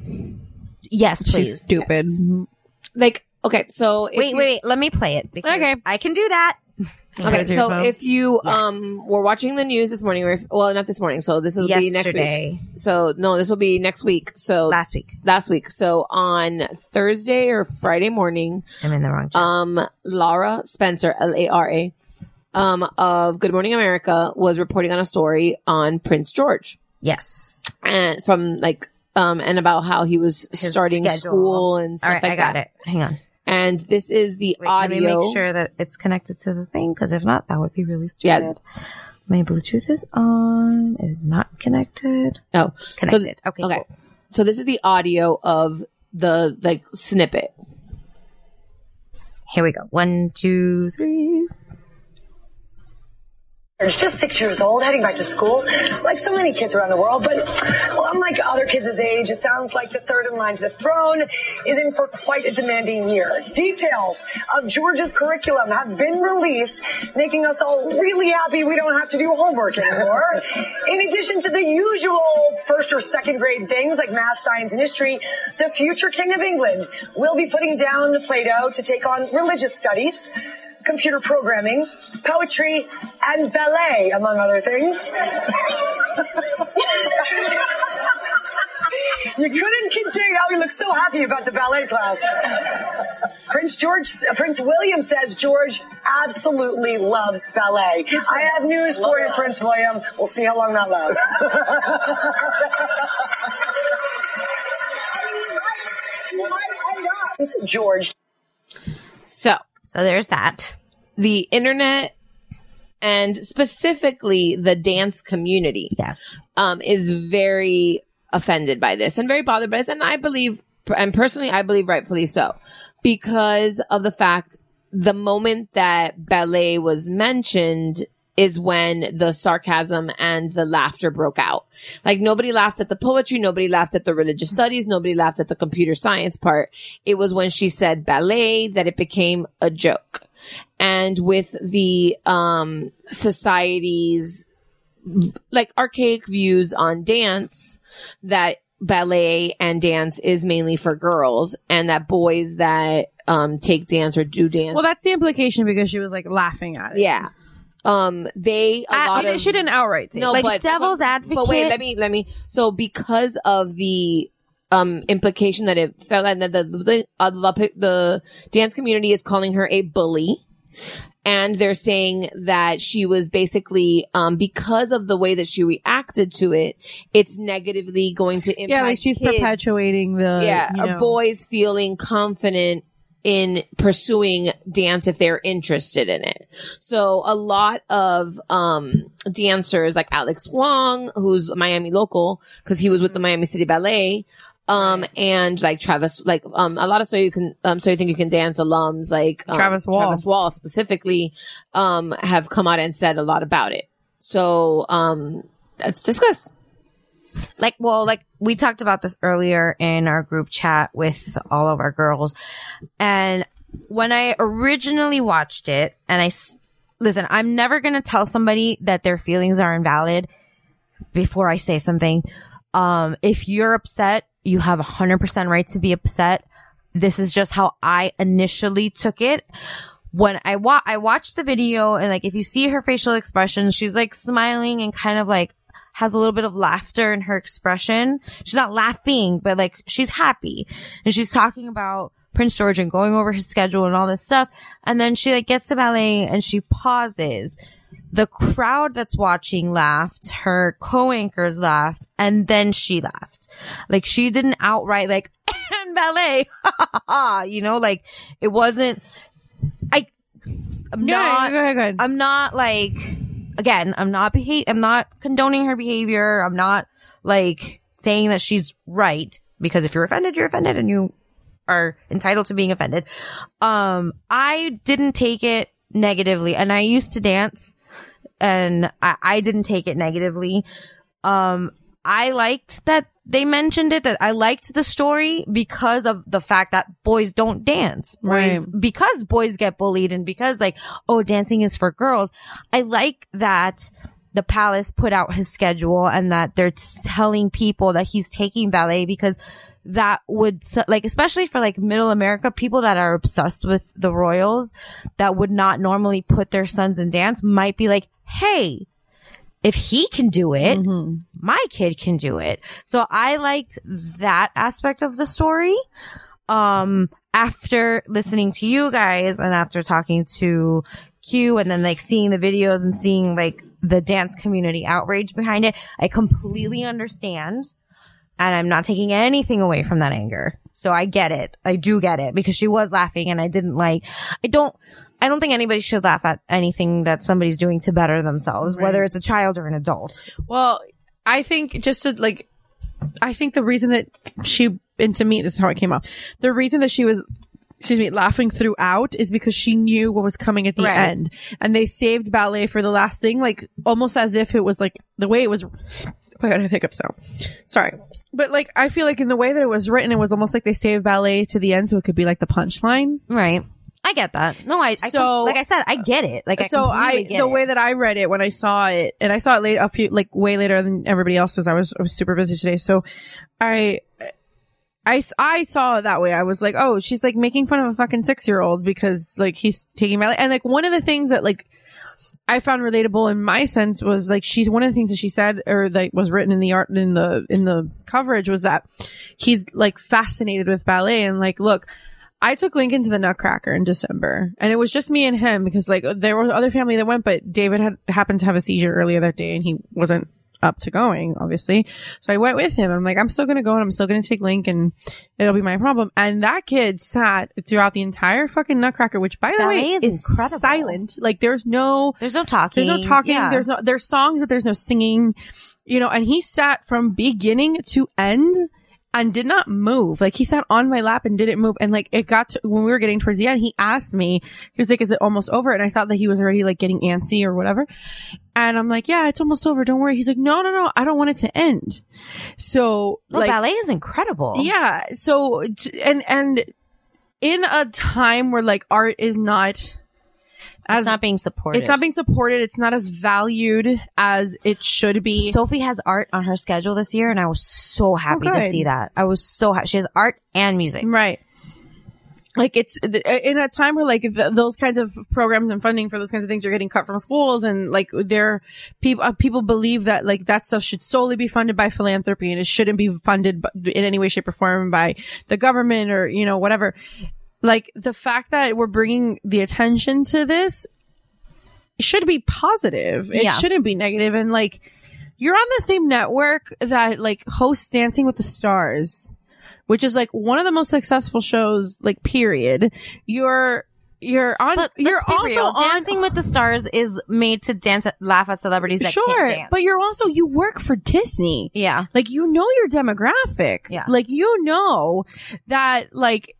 S9: Yes, please.
S6: She's stupid.
S10: Like, okay, so if
S9: wait,
S10: you-
S9: wait. Let me play it. Because
S6: Okay.
S9: I can do that.
S10: Okay,
S6: do
S10: so
S6: phone.
S10: if you um were watching the news this morning, or if, well, not this morning, so this will be next week.
S9: Yesterday,
S10: So no, this will be next week. So
S9: last week.
S10: last week. So on Thursday or Friday morning,
S9: I'm in the wrong. channel.
S10: um Laura Spencer, L A R A, um, of Good Morning America was reporting on a story on Prince George
S9: yes.
S10: and from like um and about how he was
S9: His
S10: starting
S9: schedule.
S10: school and
S9: All
S10: stuff
S9: right,
S10: like
S9: I got
S10: that.
S9: it. Hang on.
S10: And this is the
S9: Wait,
S10: audio.
S9: Let me make sure that it's connected to the thing, because if not, that would be really
S10: Yeah.
S9: stupid. My Bluetooth is on. It is not connected.
S10: Oh, so th-
S9: Connected. okay.
S10: okay.
S9: cool.
S10: So this is the audio of the like snippet.
S9: Here we go. One, two, three.
S7: just six years old, heading back to school, like so many kids around the world. But well, unlike other kids his age, it sounds like the third in line to the throne is in for quite a demanding year. Details of George's curriculum have been released, making us all really happy we don't have to do homework anymore. in addition to the usual first or second grade things like math, science, and history, the future king of England will be putting down the Play-Doh to take on religious studies computer programming, poetry, and ballet, among other things. you couldn't contain how he looked so happy about the ballet class. Prince George, uh, Prince William says George absolutely loves ballet. I have news for you, Prince William. We'll see how long that lasts. Prince George
S10: So
S9: So there's that.
S10: the internet and specifically the dance community
S9: Yes.
S10: um, is very offended by this and very bothered by this. And I believe, and personally, I believe rightfully so because of the fact the moment that ballet was mentioned is when the sarcasm and the laughter broke out. Like nobody laughed at the poetry, nobody laughed at the religious studies, nobody laughed at the computer science part. It was when she said ballet that it became a joke. And with the um society's like archaic views on dance that ballet and dance is mainly for girls and that boys that um take dance or do dance.
S6: Well, that's the implication because she was like laughing at it.
S10: yeah. Um, they a
S6: I-
S10: lot
S6: she, didn't-
S10: of-
S6: she didn't outright say
S10: no,
S9: like
S10: but
S9: devil's advocate.
S10: But wait, let me let me. So because of the um implication that it felt like that the the, uh, the the dance community is calling her a bully. And they're saying that she was basically, um, because of the way that she reacted to it, it's negatively going to impact.
S6: yeah, like she's
S10: kids.
S6: perpetuating the
S10: Yeah,
S6: you know.
S10: a boys feeling confident in pursuing dance if they're interested in it. So a lot of um dancers like Alex Wong, who's Miami local because he was
S6: Mm-hmm.
S10: with the Miami City Ballet, um and like Travis like um a lot of so you can um so you think you can dance alums like um,
S6: Travis Wall.
S10: Travis Wall specifically um have come out and said a lot about it. So um let's discuss.
S9: like well like we talked about this earlier in our group chat with all of our girls and when i originally watched it and i s- listen i'm never going to tell somebody that their feelings are invalid before i say something um if you're upset you have 100% right to be upset this is just how i initially took it when I wa- I watched the video and like if you see her facial expressions, she's like smiling and kind of like has a little bit of laughter in her expression. She's not laughing, but like she's happy. And she's talking about Prince George and going over his schedule and all this stuff. And then she like gets to ballet and she pauses. The crowd that's watching laughed, her co-anchors laughed, and then she laughed. Like she didn't outright like and ballet, you know, like it wasn't I I'm
S6: Yeah,
S9: not
S6: go ahead, go ahead.
S9: I'm not like again, I'm not behave I'm not condoning her behavior. I'm not like saying that she's right because if you're offended, you're offended and you are entitled to being offended. Um I didn't take it negatively and I used to dance and I, I didn't take it negatively. Um, I liked that they mentioned it, that I liked the story because of the fact that boys don't dance. Boys-
S6: Right.
S9: Because boys get bullied and because like, oh, dancing is for girls. I like that the palace put out his schedule and that they're telling people that he's taking ballet because that would s- like especially for like middle america people that are obsessed with the royals that would not normally put their sons in dance might be like hey if he can do it, my kid can do it. So I liked that aspect of the story. Um, after listening to you guys and after talking to Q and then like seeing the videos and seeing like the dance community outrage behind it, I completely understand. And I'm not taking anything away from that anger. So I get it. I do get it because she was laughing and I didn't like, I don't, I don't think anybody should laugh at anything that somebody's doing to better themselves, whether it's a child or an adult.
S6: Well, I think just to like, I think the reason that she, and to me, this is how it came up. The reason that she was, excuse me, laughing throughout is because she knew what was coming at the
S9: Right.
S6: end. And they saved ballet for the last thing, like almost as if it was like the way it was. oh I got a hiccup sound. Sorry. But like, I feel like in the way that it was written, it was almost like they saved ballet to the end so it could be like the punchline.
S9: Right. I get that. No, I, I
S6: So-
S9: so, like I said, I get it. Like, I
S6: so
S9: completely
S6: I
S9: get
S6: the
S9: it.
S6: way that I read it when I saw it, and I saw it late a few like way later than everybody else because I was I was super busy today. So I. I, s- I saw it that way. I was like, oh, she's like making fun of a fucking six year old because like he's taking my and like one of the things that like I found relatable in my sense was like she's one of the things that she said or like was written in the art in the in the coverage was that he's like fascinated with ballet and like look I took Lincoln to the Nutcracker in December and it was just me and him because like there was other family that went but David had happened to have a seizure earlier that day and he wasn't up to going obviously so I went with him I'm like I'm still gonna go and I'm still gonna take Lincoln it'll be my problem and that kid sat throughout the entire fucking Nutcracker which by the
S9: Ballet
S6: way
S9: is
S6: is
S9: incredible.
S6: silent like there's no
S9: there's no talking.
S6: there's no talking.
S9: Yeah.
S6: There's no there's songs, but there's no singing. You know, and he sat from beginning to end and did not move. Like he sat on my lap and didn't move. And like it got to when we were getting towards the end, he asked me, he was like, Is it almost over? And I thought that he was already like getting antsy or whatever. And I'm like, Yeah, it's almost over. Don't worry. He's like, No, no, no. I don't want it to end. So
S9: Well,
S6: like,
S9: ballet is incredible.
S6: yeah. So, t- and, and in a time where like art is not as
S9: It's not being supported.
S6: it's not being supported. It's not as valued as it should be.
S9: Sophie has art on her schedule this year, and I was so happy to
S6: Oh, good.
S9: see that. I was so happy. She has art and music.
S6: right. Like it's in a time where like th- those kinds of programs and funding for those kinds of things are getting cut from schools, and like there people uh, people believe that like that stuff should solely be funded by philanthropy and it shouldn't be funded b- in any way, shape, or form by the government or you know whatever. Like the fact that we're bringing the attention to this should be positive. It
S9: Yeah.
S6: shouldn't be negative. And like, you're on the same network that like hosts Dancing with the Stars, which is like one of the most successful shows, like period. You're you're on.
S9: But
S6: you're
S9: let's be
S6: also
S9: real.
S6: on.
S9: Dancing with the Stars is made to dance, at, laugh at celebrities that can't
S6: Sure,
S9: dance.
S6: but you're also you work for Disney.
S9: yeah,
S6: Like you know your demographic.
S9: Yeah.
S6: Like you know that like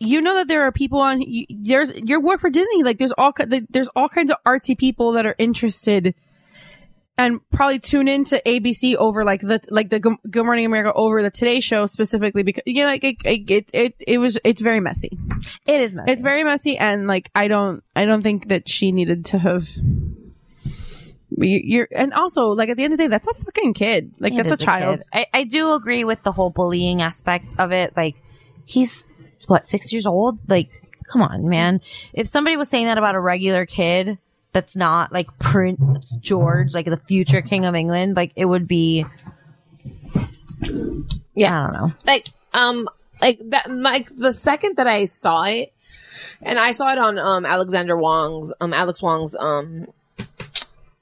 S6: you know that there are people on you, there's your work for Disney. Like there's all ki- there's all kinds of artsy people that are interested and probably tune into ABC over like the like the Good Good Morning America over the Today Show specifically because you know like it it it, it, it was it's very messy.
S9: it is messy.
S6: It's very messy and like I don't I don't think that she needed to have you, you're and also like at the end of the day that's a fucking kid like
S9: It
S6: that's a
S9: is
S6: child
S9: kid. I, I do agree with the whole bullying aspect of it. Like, he's what six years old. Like, come on, man. If somebody was saying that about a regular kid that's not like Prince George, like the future king of England, like it would be.
S10: Yeah.
S9: I don't know.
S10: like um like that like the second that I saw it and I saw it on um Alexander Wong's um Alex Wong's um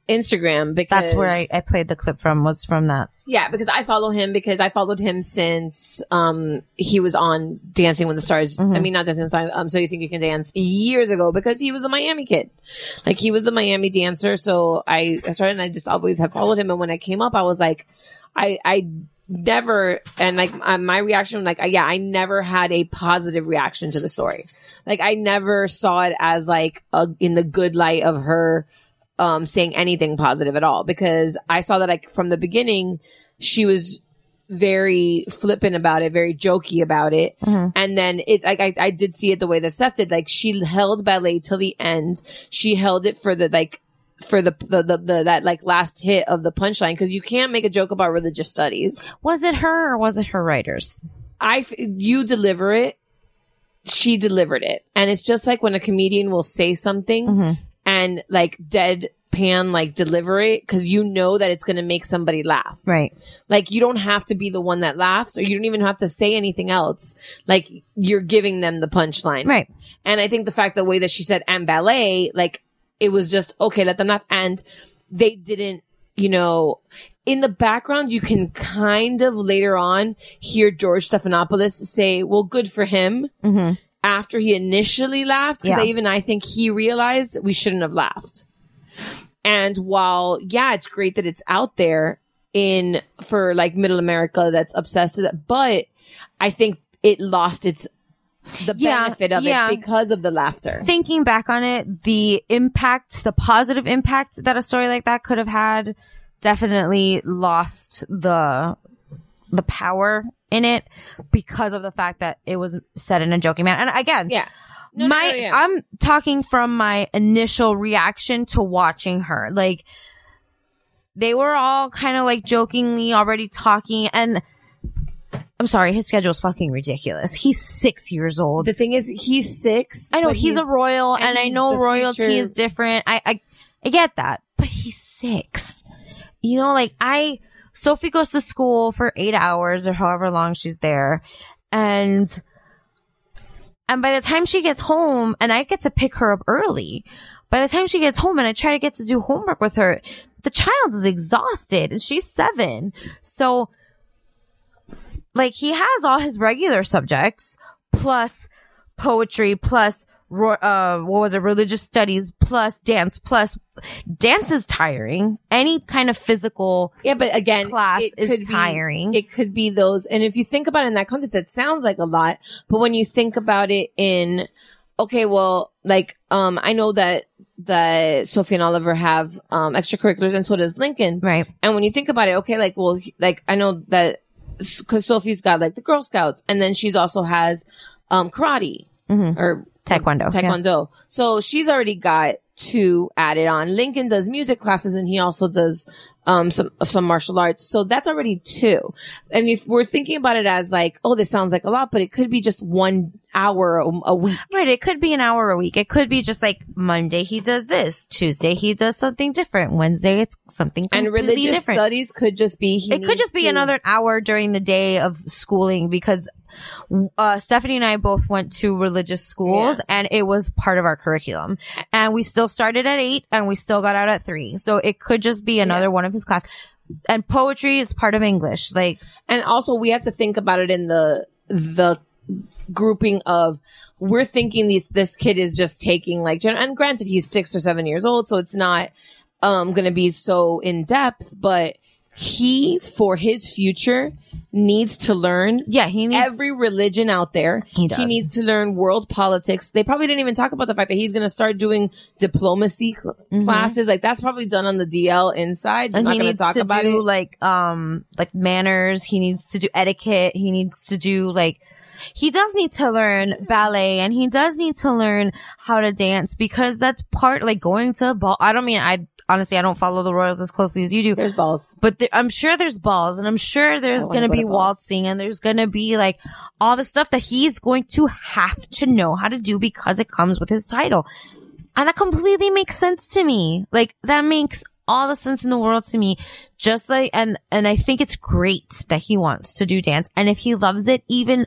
S10: Instagram because
S9: That's where I, I played the clip from. Was from that.
S10: yeah because I follow him because I followed him since um he was on Dancing with the Stars I mean not Dancing with the Stars um so you think you can dance years ago because he was a Miami kid like he was the Miami dancer so I, I started and I just always have followed him and when I came up I was like I I never and like uh, my reaction like uh, yeah I never had a positive reaction to the story like I never saw it as like a, in the good light of her um saying anything positive at all because I saw that like from the beginning she was very flippant about it, very jokey about it. And then it, like, I, I did see it the way that Steph did. Like, she held ballet till the end. She held it for the, like, for the, the, the, the that, like, last hit of the punchline. Cause you can't make a joke about religious studies.
S9: Was it her or was it her writers?
S10: I, f- you deliver it. She delivered it. And it's just like when a comedian will say something and, like, deadpan, like, deliver it. Cause you know that it's going to make somebody laugh.
S9: Right.
S10: Like you don't have to be the one that laughs or you don't even have to say anything else. Like you're giving them the punchline.
S9: Right.
S10: And I think the fact the way that she said and ballet, like it was just okay, let them laugh. And they didn't, you know, in the background, you can kind of later on hear George Stephanopoulos say, well, good for him
S9: Mm-hmm.
S10: after he initially laughed because
S9: Yeah.
S10: even I think he realized we shouldn't have laughed. And while yeah, it's great that it's out there in for like middle America that's obsessed with it, but I think it lost its the
S9: Yeah,
S10: benefit of
S9: yeah.
S10: it because of the laughter.
S9: Thinking back on it, the impact, the positive impact that a story like that could have had, definitely lost the the power in it because of the fact that it was said in a joking manner. And again,
S10: Yeah. No, no,
S9: my
S10: no, yeah.
S9: I'm talking from my initial reaction to watching her. Like they were all kind of like jokingly already talking and I'm sorry, his schedule's fucking ridiculous. He's six years old.
S10: The thing is, he's six.
S9: I know
S10: but
S9: he's, a royal,
S10: and
S9: and, I
S10: he's
S9: know
S10: the
S9: royalty
S10: future-
S9: is different. I, I I get that, but he's six. You know, like I Sophie goes to school for eight hours or however long she's there, and and by the time she gets home, and I get to pick her up early. By the time she gets home, and I try to get to do homework with her, the child is exhausted, and she's seven. So, like, he has all his regular subjects plus poetry plus ro- uh, what was it, religious studies plus dance plus dance is tiring. Any kind of physical
S10: yeah, but again,
S9: class
S10: it
S9: is
S10: could be-
S9: tiring.
S10: it could be those. And if you think about it in that context, it sounds like a lot. But when you think about it in, okay, well, like, um, I know that, that Sophie and Oliver have, um, extracurriculars and so does Lincoln.
S9: right.
S10: And when you think about it, okay, like, well, he- like, I know that, cause Sophie's got like the Girl Scouts and then she's also has, um, karate
S9: Mhm.
S10: or
S9: Taekwondo. yeah.
S10: Taekwondo. So she's already got two added on. Lincoln does music classes and he also does um some some martial arts. So that's already two. And if we're thinking about it as like, oh, this sounds like a lot, but it could be just one hour a, a week.
S9: Right. It could be an hour a week. It could be just like Monday he does this, Tuesday he does something different, Wednesday it's something
S10: And
S9: completely
S10: religious
S9: different.
S10: studies could just be he
S9: it could
S10: needs
S9: just be
S10: to-
S9: another hour during the day of schooling because uh, Stephanie and I both went to religious schools and it was part of our curriculum. And we still started at eight and we still got out at three. So it could just be another one of his class. And poetry is part of English. Like,
S10: and also we have to think about it in the the grouping of we're thinking these this kid is just taking like gen- and granted he's six or seven years old so it's not um gonna be so in depth but he for his future needs to learn
S9: yeah, he needs
S10: every religion out there
S9: He does.
S10: needs to learn world politics they probably didn't even talk about the fact that he's going to start doing diplomacy cl- classes like that's probably done on the dl inside They're
S9: Mm-hmm. and
S10: not
S9: he
S10: gonna
S9: needs
S10: talk
S9: to
S10: about
S9: do
S10: it
S9: like um like manners he needs to do etiquette he needs to do like he does need to learn ballet and he does need to learn how to dance because that's part like going to a ball i don't mean i honestly i don't follow the royals as closely as you do
S10: there's balls
S9: but there, i'm sure there's balls and i'm sure there's
S10: wanna
S9: gonna
S10: go
S9: be
S10: to balls.
S9: waltzing and there's gonna be like all the stuff that he's going to have to know how to do because it comes with his title and that completely makes sense to me. Like that makes all the sense in the world to me. Just like, and, and I think it's great that he wants to do dance. And if he loves it, even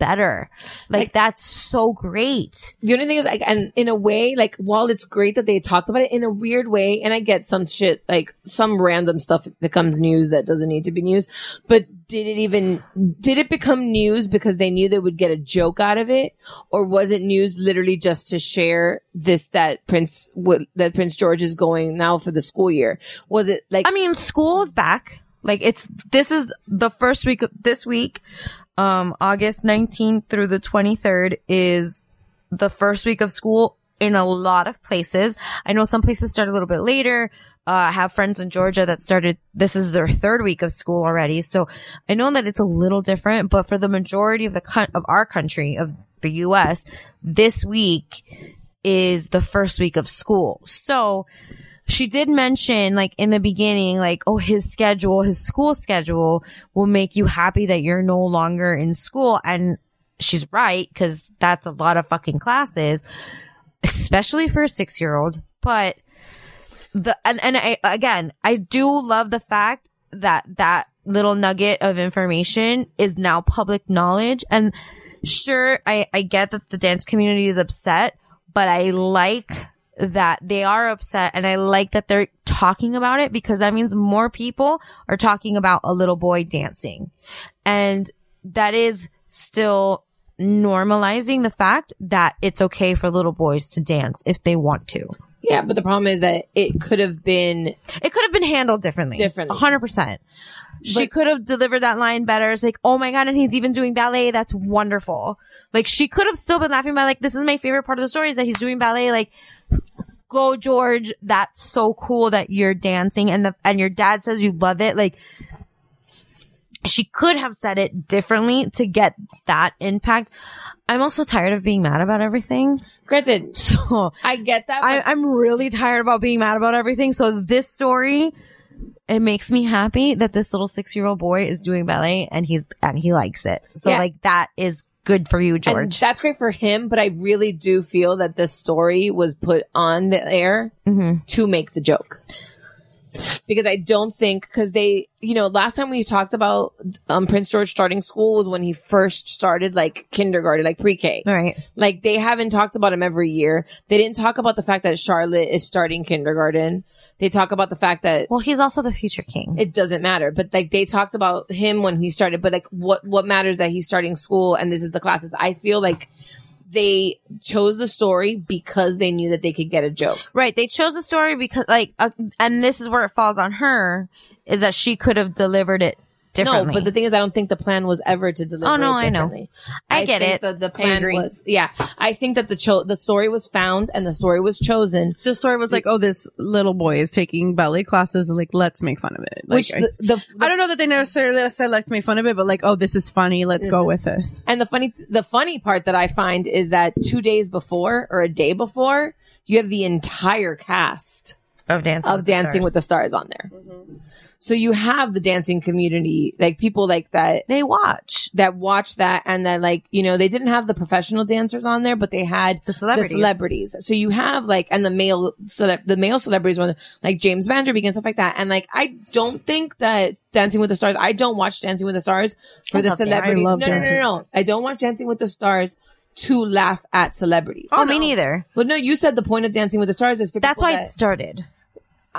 S9: better. Like,
S10: Like-
S9: that's so great.
S10: the only thing is like and in a way like while it's great that they talked about it in a weird way and i get some shit like some random stuff becomes news that doesn't need to be news but did it even did it become news because they knew they would get a joke out of it or was it news literally just to share this that prince what that prince george is going now for the school year was it like
S9: I mean, school's back. Like it's, this is the first week of this week. Um, August 19th through the 23rd is the first week of school in a lot of places. I know some places start a little bit later. Uh, I have friends in Georgia that started, this is their third week of school already. So I know that it's a little different, but for the majority of the, coun- of our country, of the U.S., this week is the first week of school. So, she did mention like in the beginning like oh his schedule his school schedule will make you happy that you're no longer in school and she's right because that's a lot of fucking classes especially for a six year old but the and, and I, again i do love the fact that that little nugget of information is now public knowledge and sure i i get that the dance community is upset but i like that they are upset and i like that they're talking about it because that means more people are talking about a little boy dancing and that is still normalizing the fact that it's okay for little boys to dance if they want to
S10: yeah but the problem is that it could have been
S9: it could have been handled differently.
S10: Differently.
S9: 100%. She could have delivered that line better. It's like, oh my God, and he's even doing ballet. That's wonderful. Like, she could have still been laughing about, like, this is my favorite part of the story is that he's doing ballet. Like, go, George. That's so cool that you're dancing and the, and your dad says you love it. Like, she could have said it differently to get that impact. I'm also tired of being mad about everything.
S10: granted
S9: So,
S10: i get that but
S9: I, I'm really tired about being mad about everything. So this story, it makes me happy that this little six year old boy is doing ballet and he's and he likes it. So
S10: Yeah.
S9: like that is good for you,
S10: And
S9: George.
S10: that's great for him, but I really do feel that this story was put on the air to make the joke. Because I don't think, because they, you know, last time we talked about um, Prince George starting school was when he first started like kindergarten, like pre K.
S9: All right.
S10: Like they haven't talked about him every year. They didn't talk about the fact that Charlotte is starting kindergarten. They talk about the fact that
S9: Well, he's also the future king.
S10: it doesn't matter. But like they talked about him when he started, but like what what matters that he's starting school and this is the classes. I feel like they chose the story because they knew that they could get a joke.
S9: Right. They chose the story because, like, uh, and this is where it falls on her is that she could have delivered it
S10: No,
S9: differently.
S10: but the thing is, I don't think the plan was ever to deliver.
S9: Oh, no,
S10: it
S9: I know.
S10: differently.
S9: I get
S10: think
S9: it.
S10: that the
S9: I
S10: plan
S9: agree.
S10: was, yeah, I think that the cho- the story was found and the story was chosen,
S6: the story was like, oh, this little boy is taking ballet classes, and like, let's make fun of it. Like,
S10: which the, the,
S6: I, I don't know that they necessarily said let's make fun of it, but like, oh, this is funny, let's go with this.
S10: And the funny, the funny part that I find is that two days before or a day before, you have the entire cast
S9: of dancing
S10: of Dancing with the Stars on there. So you have the dancing community, like people like that
S9: they watch
S10: that watch that, and that like you know they didn't have the professional dancers on there, but they had
S9: the celebrities.
S10: the celebrities. So you have like and the male cele- the male celebrities one like James Vanderbeek and stuff like that. And like I don't think that Dancing with the Stars. I don't watch Dancing with the Stars for
S9: I
S10: the
S9: love Dan- I
S10: celebrities. No,
S6: love
S10: no, no, no,
S6: Dancing-
S10: no. I don't watch Dancing with the Stars to laugh at celebrities.
S9: Oh, me neither.
S10: But no, you said the point of Dancing with the Stars is for
S9: That's
S10: people
S9: why
S10: that-
S9: it started.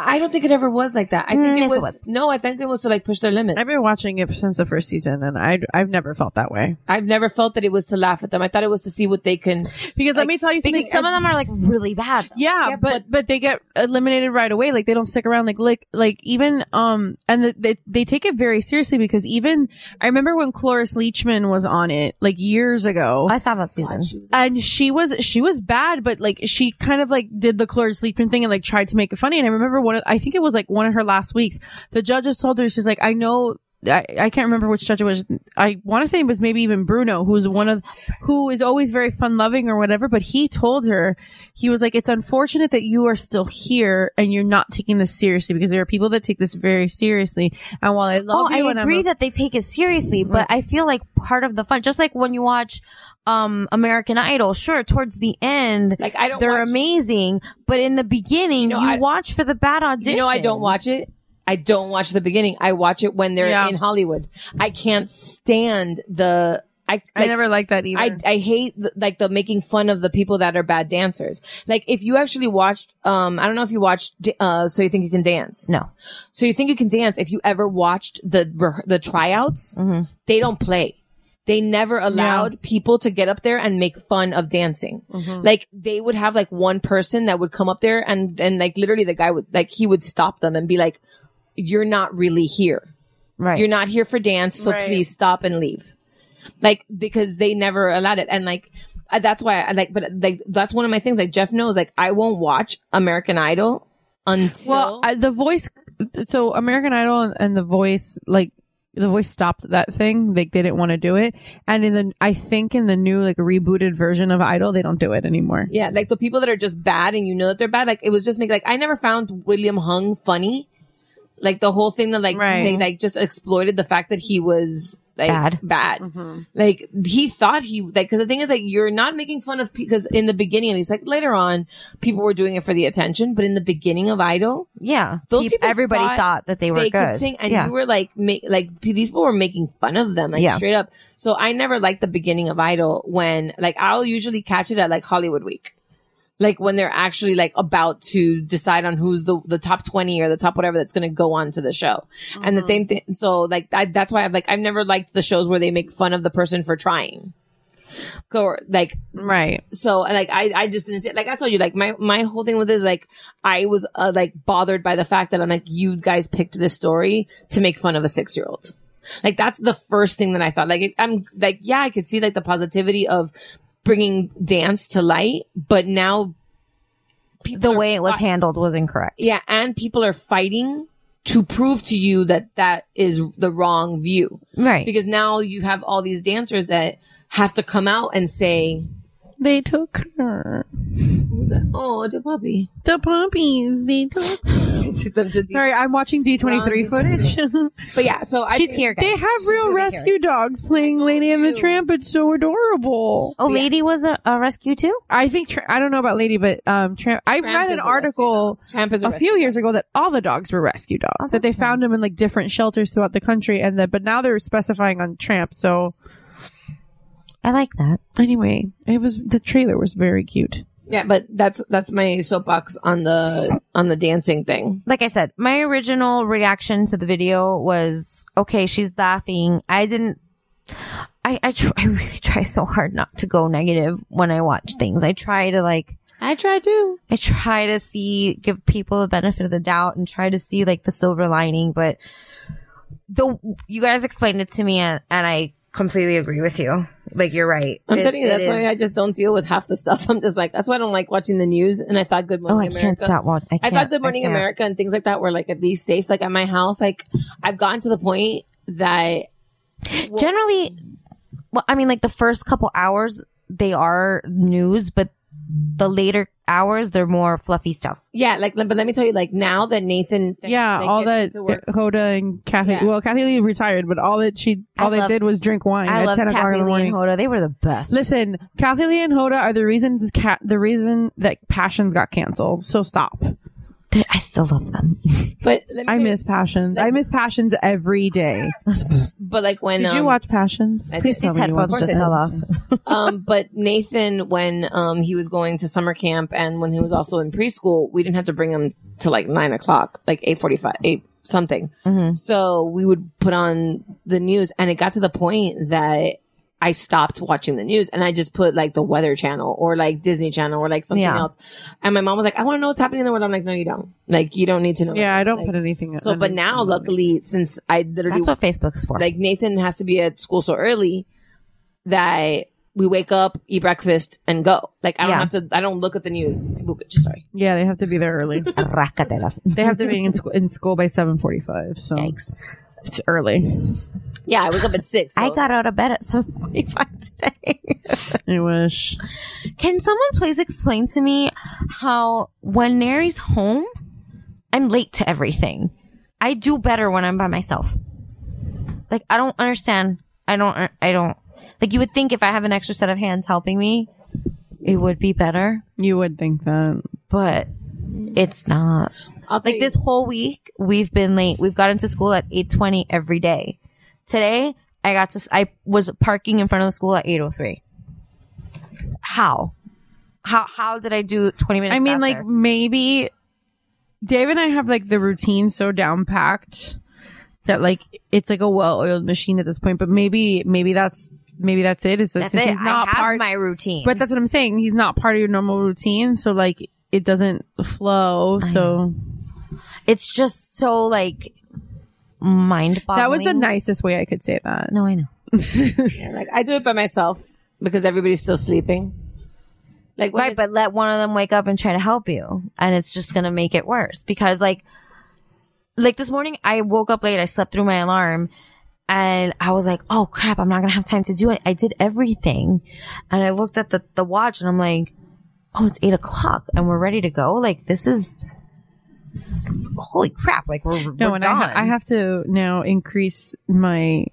S10: I don't think it ever was like that. I think
S9: Mm,
S10: it
S9: yes,
S10: was,
S9: it was.
S10: no. I think it was to like push their limits.
S6: I've been watching it since the first season, and I I've never felt that way
S10: I've never felt that it was to laugh at them. I thought it was to see what they can.
S6: because let me tell you something.
S9: Because some of them are like really bad. though.
S6: yeah, but, but they get eliminated right away. Like they don't stick around. Like like like even um and the, they they take it very seriously because even I remember when Cloris Leachman was on it like years ago.
S9: I saw that season.
S6: and she was she was bad, but like she kind of like did the Cloris Leachman thing and like tried to make it funny. And I remember one, of, I think it was like one of her last weeks. The judges told her she's like, I know. I, I can't remember which judge it was. I want to say it was maybe even Bruno, who's one of, who is always very fun loving or whatever. But he told her, he was like, it's unfortunate that you are still here and you're not taking this seriously because there are people that take this very seriously. And while I love
S9: Oh,
S6: you,
S9: I
S6: and I'm
S9: agree
S6: a-
S9: that they take it seriously, but I feel like part of the fun, just like when you watch um American Idol, sure, towards the end,
S10: Like, I don't
S9: they're
S10: watch-
S9: amazing, but in the beginning, you,
S10: know, I-
S9: watch for the bad audition.
S10: You know, I don't watch it. I don't watch the beginning. I watch it when they're
S6: Yeah.
S10: in Hollywood. I can't stand the. I
S6: I
S10: like,
S6: never liked that either.
S10: I, I hate the, like the making fun of the people that are bad dancers. Like if you actually watched, um, I don't know if you watched, uh, so you think you can dance.
S9: No.
S10: So you think you can dance. If you ever watched the re- the tryouts, they don't play. They never allowed people to get up there and make fun of dancing. Like they would have like one person that would come up there and and like literally the guy would like he would stop them and be like, "You're not really here."
S9: Right.
S10: You're not here for dance, so
S6: Right.
S10: please stop and leave. Like because they never allowed it, and like uh, that's why I like. But like that's one of my things. Like Jeff knows, like I won't watch American Idol until
S6: Well, I, the voice. So American Idol and, and the voice, like the voice stopped that thing. Like they didn't want to do it. And in the, I think in the new like rebooted version of Idol, they don't do it anymore.
S10: yeah, like the people that are just bad, and you know that they're bad. Like it was just make like I never found William Hung funny. Like the whole thing that like
S6: Right.
S10: they like just exploited the fact that he was like
S9: Bad.
S10: bad. Like he thought he like because the thing is like you're not making fun of because in the beginning and he's like later on people were doing it for the attention, but in the beginning of Idol
S9: Yeah.
S10: Those
S9: Peop-
S10: people
S9: everybody
S10: thought
S9: thought, that they were
S10: they
S9: good.
S10: could sing, and
S9: yeah.
S10: you were like, ma- like p- these people were making fun of them, like
S9: Yeah.
S10: straight up. So I never liked the beginning of Idol when, like, I'll usually catch it at like Hollywood Week, like when they're actually like about to decide on who's the the top twenty or the top whatever that's going to go on to the show, and the same thing. So like I, that's why I've like I've never liked the shows where they make fun of the person for trying. Or like
S6: Right.
S10: so and, like I, I just didn't say like I told you like my my whole thing with this like I was uh, like bothered by the fact that I'm like you guys picked this story to make fun of a six year old like that's the first thing that I thought like it, I'm like yeah I could see like the positivity of bringing dance to light but now people
S9: the
S10: are
S9: way it was
S10: fi-
S9: handled was incorrect.
S10: yeah and people are fighting to prove to you that that is the wrong view
S9: Right.
S10: because now you have all these dancers that have to come out and say
S6: They took her.
S10: oh it's a puppy
S6: The puppies. They took.
S10: took them to
S6: Sorry, I'm watching D23 footage.
S10: But yeah, so I
S9: She's
S10: think-
S9: here, guys.
S6: they have real
S9: really
S6: rescue dogs playing Lady and the Tramp. It's so adorable.
S9: oh, lady was a, a rescue too?
S6: I think tra- I don't know about Lady, but um, Tramp. I
S10: Tramp
S6: read an
S10: is a rescue
S6: article.
S10: Tramp is a
S6: a
S10: rescue
S6: few years ago that all the dogs were rescue dogs that they found them in like different shelters throughout the country and that but now they're specifying on tramp so
S9: I like that.
S6: anyway it was the trailer was very cute
S10: Yeah, but that's that's my soapbox on the on the dancing thing.
S9: like I said, my original reaction to the video was okay, she's laughing. I didn't I I, try, I really try so hard not to go negative when I watch things. I try to like
S10: I try to.
S9: I try to see give people the benefit of the doubt and try to see like the silver lining, but the you guys explained it to me and, and I completely agree with you. Like you're right.
S10: I'm
S9: It-
S10: telling you,
S9: it
S10: that's why I
S9: is-
S10: just don't deal with half the stuff. I'm just like, that's why I don't like watching the news. And I thought Good Morning
S9: Oh, I
S10: America.
S9: can't stop watching. I,
S10: I
S9: can't,
S10: thought Good Morning
S9: can't.
S10: America and things like that were like at least safe. Like at my house, like I've gotten to the point that
S9: Generally, well, I mean, like the first couple hours they are news, but the later hours they're more fluffy stuff.
S10: yeah, like but let me tell you, like now that Nathan,
S6: yeah, all that Hoda and Kathy.
S10: Yeah.
S6: Well, Kathy Lee retired, but all that she all
S9: I
S6: they
S9: love-
S6: did was drink wine
S9: I
S6: at
S9: love
S6: ten o'clock in
S9: Kathy
S6: the
S9: Lee
S6: morning.
S9: and Hoda. They were the best.
S6: Listen, Kathy Lee and Hoda are the reasons cat the reason that Passions got canceled. So stop.
S9: They- I still love them.
S10: but let me
S6: I
S10: tell you-
S6: miss Passions. I miss Passions every day.
S10: but like when
S6: Did you
S10: um,
S6: watch Passions?
S10: I
S6: Please tell
S10: did.
S9: These
S6: me you
S9: headphones
S6: watched
S9: just
S6: it.
S9: fell off.
S10: um, but Nathan, when um, he was going to summer camp and when he was also in preschool, we didn't have to bring him to like nine o'clock, like eight forty-five, eight something.
S6: Mm-hmm.
S10: So we would put on the news, and it got to the point that I stopped watching the news and I just put like the Weather Channel or like Disney Channel or like something
S9: Yeah.
S10: else. And my mom was like, "I want to know what's happening in the world." I'm like, "No, you don't. Like, you don't need to know."
S6: Yeah, I don't
S10: Like,
S6: put anything.
S10: So, but
S6: under-
S10: now, luckily, since I literally
S9: That's what Facebook's for.
S10: like Nathan has to be at school so early that we wake up, eat breakfast, and go. Like I don't
S9: Yeah.
S10: have to. I don't look at the news. Ooh, bitch, Sorry.
S6: yeah, they have to be there early.
S9: Racatela.
S6: they have to be in, sc- in school by seven forty-five. So
S9: Yikes.
S6: it's early.
S10: Yeah, I was up at six. so-
S9: I got out of bed at 7:45 today.
S6: I wish.
S9: Can someone please explain to me how when Neri's home, I'm late to everything. I do better when I'm by myself. Like I don't understand. I don't. I don't. Like you would think if I have an extra set of hands helping me, it would be better,
S6: You would think that.
S9: but it's not.
S10: I'll
S9: Like
S10: tell
S9: this whole week, we've been late. We've gotten to school at eight twenty every day. Today, I got to. I was parking in front of the school at eight oh three. How? How? How did I do twenty minutes?
S6: I mean,
S9: faster?
S6: like maybe Dave and I have like the routine so down packed that like it's like a well-oiled machine at this point. But maybe, maybe that's maybe that's it. Is that
S9: that's
S6: since
S9: it.
S6: he's not
S9: I have
S6: part?
S9: my routine.
S6: but that's what I'm saying. He's not part of your normal routine, so like it doesn't flow. So
S9: it's just so like mind boggling.
S6: that was the nicest way I could say that.
S9: No, I know.
S10: you, like I do it by myself because everybody's still sleeping. Like when
S9: Right,
S10: it-
S9: but let one of them wake up and try to help you, and it's just gonna make it worse because like, like this morning I woke up late. I slept through my alarm, and I was like, "Oh crap, I'm not gonna have time to do it." I did everything, and I looked at the the watch, and I'm like, "Oh, it's eight o'clock, and we're ready to go." Like this is holy crap! Like we're
S6: No,
S9: we're
S6: and I, ha-
S9: done.
S6: I have to now increase my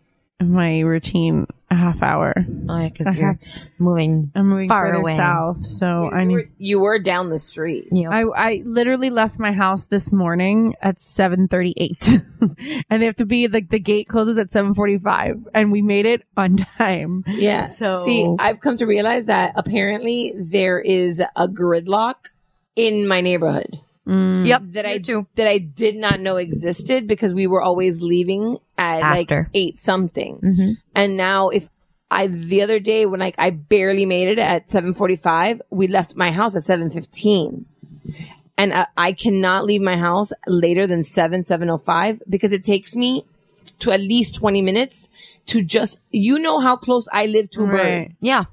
S6: my routine a half hour.
S9: because
S6: I
S9: Oh, you're
S6: have-
S9: moving.
S6: I'm moving
S9: Far
S6: further
S9: away.
S6: south,
S9: Oh,
S6: so I
S10: you,
S6: need.
S10: were, you were down the street.
S9: You know,
S6: I, I literally left my house this morning at 7.38 and they have to be like the gate closes at 7.45 and we made it on time
S10: Yeah.
S6: So-
S10: see, I've come to realize that apparently there is a gridlock in my neighborhood.
S9: yep,
S10: that I
S9: you too.
S10: that I did not know existed because we were always leaving at like
S9: After.
S10: eight something,
S9: Mm-hmm.
S10: and now if I the other day when like I barely made it at seven forty five, we left my house at seven fifteen, and uh, I cannot leave my house later than seven seven o five because it takes me to at least twenty minutes to just you know how close I live to a bird
S9: Yeah.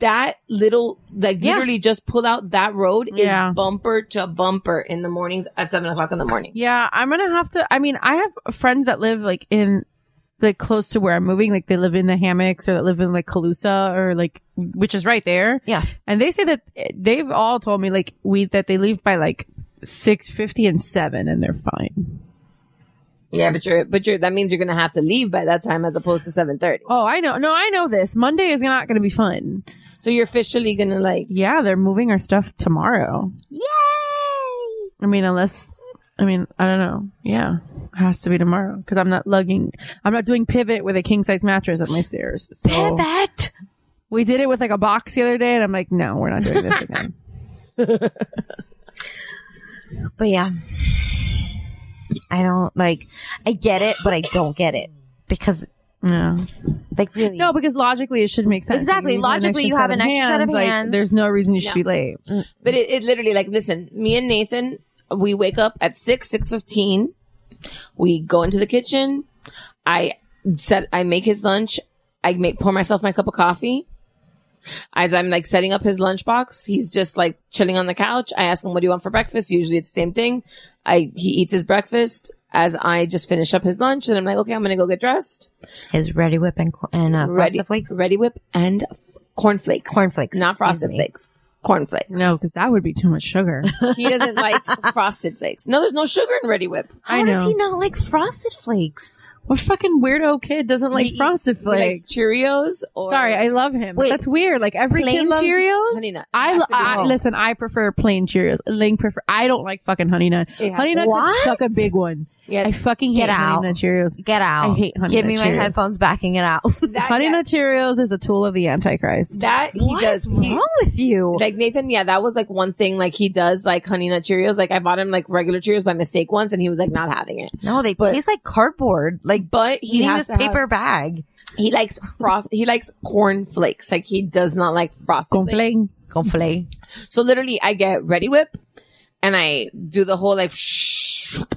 S10: that little like
S9: Yeah.
S10: literally just pull out that road is
S6: Yeah.
S10: bumper to bumper in the mornings at seven o'clock in the morning.
S6: yeah i'm gonna have to i mean i have friends that live like in like close to where i'm moving like they live in the hammocks or that live in like calusa or like which is right there
S9: Yeah.
S6: and they say that eh, they've all told me like we that they leave by like 6.50 and 7 and they're fine
S10: Yeah, but you're but you're that means you're gonna have to leave by that time as opposed to seven thirty.
S6: oh i know no i know this monday is not gonna be fun
S10: So you're officially gonna like
S6: Yeah, they're moving our stuff tomorrow.
S9: Yay!
S6: I mean, unless, I mean, I don't know. Yeah, it has to be tomorrow because I'm not lugging, I'm not doing pivot with a king size mattress at my stairs. So
S9: Pivot.
S6: we did it with like a box the other day, and I'm like, no, we're not doing this again.
S9: But yeah, I don't like. I get it, but I don't get it because
S6: No,
S9: Like really?
S6: No, because logically it should make sense.
S9: Exactly.
S6: If an
S9: Logically,
S6: extra
S9: you have an extra set of
S6: like,
S9: hands.
S6: there's no reason you should be late.
S10: But it, it literally like listen, me and Nathan, we wake up at six, six fifteen. We go into the kitchen. I set I make his lunch. I make pour myself my cup of coffee. As I'm like setting up his lunchbox, he's just like chilling on the couch. I ask him, "What do you want for breakfast?" Usually, it's the same thing. I he eats his breakfast as I just finish up his lunch, and I'm like, "Okay, I'm gonna go get dressed."
S9: His ready whip and cl- and uh,
S10: Ready,
S9: Frosted flakes.
S10: ready whip, and cornflakes.
S9: Cornflakes,
S10: not
S9: excuse
S10: frosted
S9: me.
S10: flakes. Cornflakes.
S6: No, because that would be too much sugar.
S10: He doesn't like frosted flakes. No, there's no sugar in Ready Whip.
S9: How
S6: I
S9: does
S6: know.
S9: he not like frosted flakes?
S6: what fucking weirdo kid doesn't like
S10: He eats-
S6: frosted
S10: he likes
S6: flakes?
S10: Cheerios or
S6: Sorry, I love him. but
S9: Wait,
S6: that's weird. Like every kid
S9: Plain
S6: loves
S9: Cheerios.
S10: honey nut.
S6: I,
S10: Has to be
S6: I
S10: whole.
S6: listen. I prefer plain Cheerios. Ling prefer. I don't like fucking honey nut.
S10: Yeah.
S6: Honey nut could
S9: What?
S6: suck a big one.
S10: Yeah.
S6: I fucking hate
S9: Get out.
S6: honey nut Cheerios.
S9: Get out.
S6: I hate Honey
S9: Give
S6: Nut
S9: me my
S6: Cheerios.
S9: headphones backing it out.
S10: that,
S6: honey
S10: yeah,
S6: nut Cheerios is a tool of the Antichrist.
S10: that he
S9: What
S10: does.
S9: is
S10: he-
S9: wrong with you?
S10: like Nathan, yeah, that was like one thing. Like he does like honey nut Cheerios. Like I bought him like regular Cheerios by mistake once, and he was like not having it.
S9: no, they
S10: but-
S9: taste like cardboard. Like
S10: But he
S9: eating
S10: has
S9: this
S10: to have-
S9: paper bag.
S10: he likes frost. He likes corn flakes. Like he does not like frosted. flakes.
S6: Complain.
S9: Conflay.
S10: So literally, I get Ready Whip, and I do the whole like shh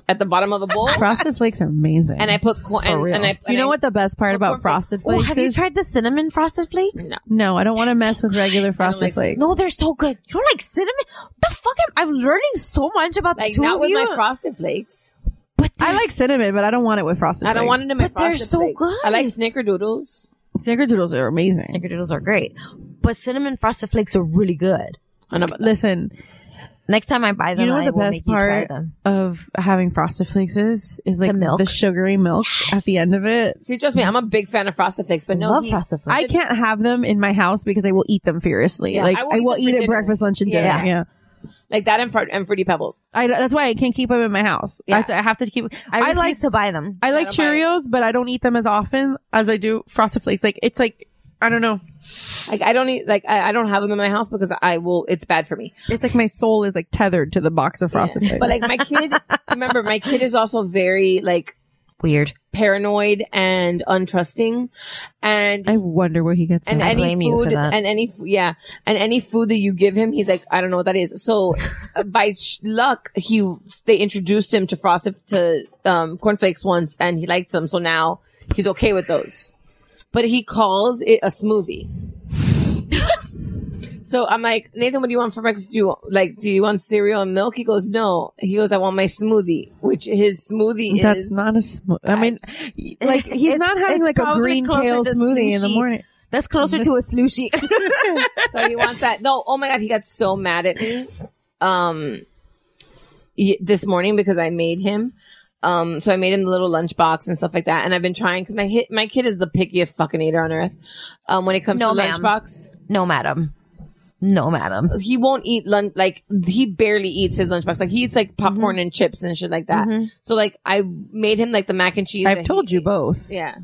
S10: at the bottom of the bowl,
S6: Frosted flakes are amazing.
S10: and I put corn.
S6: For
S10: And,
S6: real.
S10: and I
S6: you
S10: and
S6: know
S10: I-
S6: what the best part
S10: put
S6: about
S10: cornflakes.
S6: frosted
S9: Oh,
S6: flakes
S9: have you
S6: is?
S9: tried the cinnamon frosted flakes?
S10: No.
S6: no, I don't want to mess with regular
S10: don't
S6: frosted
S10: like
S6: flakes.
S9: No, they're so good. You don't like cinnamon? The fuck? am- I'm learning so much about the
S10: Like
S9: two
S10: not
S9: of
S10: with
S9: you.
S10: my frosted flakes.
S9: but
S6: I
S9: they're
S6: like cinnamon, but I don't want it with frosted.
S10: I don't
S6: flakes.
S10: want it in my
S9: But they're
S10: frosted
S9: so
S10: flakes.
S9: good.
S10: I like snickerdoodles.
S6: Snickerdoodles are amazing.
S9: Snickerdoodles are great, but cinnamon frosted flakes are really good.
S10: I know about that.
S6: Listen,
S9: Next time I buy them,
S6: you know
S9: I
S6: what the
S9: will make
S6: best
S9: you try
S6: part
S9: them.
S6: of having frosted flakes is is like
S9: The milk.
S6: sugary milk at the end of it.
S10: See, trust me, I'm a big fan of Frosted Flakes, but
S9: I
S10: no,
S9: love
S10: he-
S9: Frosted Flakes.
S6: I can't have them in my house because I will eat them furiously.
S10: Yeah,
S6: like
S10: I
S6: I
S10: will
S6: will,
S10: eat them for
S6: eat at
S10: dinner.
S6: breakfast, lunch, and dinner.
S9: Yeah.
S6: Yeah.
S10: like that and, fr- and Fruity Pebbles.
S6: I, that's why I can't keep them in my house. I, have to, I have to keep.
S9: I
S6: I,
S9: refuse
S6: like
S9: to buy them.
S6: I like
S10: I don't buy it.
S6: Cheerios, but I don't eat them as often as I do Frosted Flakes. Like it's like I don't know.
S10: Like I don't eat, like I, I don't have them in my house because I will. It's bad for me.
S6: It's like my soul is like tethered to the box of Frosted Flakes.
S10: But like my kid, remember, my kid is also very like
S9: Weird.
S10: paranoid and untrusting, and
S6: I wonder where he gets
S10: and
S6: that.
S9: I
S10: any
S9: blame you for
S10: food
S9: that.
S10: and any f- yeah and any food that you give him he's like i don't know what that is so uh, by sh- luck he they introduced him to frosted to um cornflakes once and he liked them so now he's okay with those but he calls it a smoothie so i'm like nathan what do you want for breakfast do you want, like do you want cereal and milk he goes no he goes i want my smoothie which his smoothie
S6: That's
S10: is
S6: not a smooth. I mean, like he's
S9: It's-
S6: not having
S9: it's
S6: like a
S9: probably
S6: green
S9: closer
S6: kale
S9: to
S6: smoothie in the
S9: sushi.
S6: morning.
S9: That's closer to a slushy.
S10: So he wants that. No, oh my god, he got so mad at me. Um, y- this morning because I made him. Um, so I made him the little lunchbox and stuff like that, and I've been trying because my hit my kid is the pickiest fucking eater on earth. Um, when it comes
S9: No,
S10: to
S9: ma'am.
S10: lunchbox,
S9: no, madam. No, madam.
S10: he won't eat lunch like he barely eats his lunchbox. Like he eats like popcorn
S9: Mm-hmm.
S10: and chips and shit like that. So like I made him like the mac and cheese.
S6: I've
S10: that
S6: told
S10: he
S6: you
S10: ate.
S6: both.
S10: Yeah,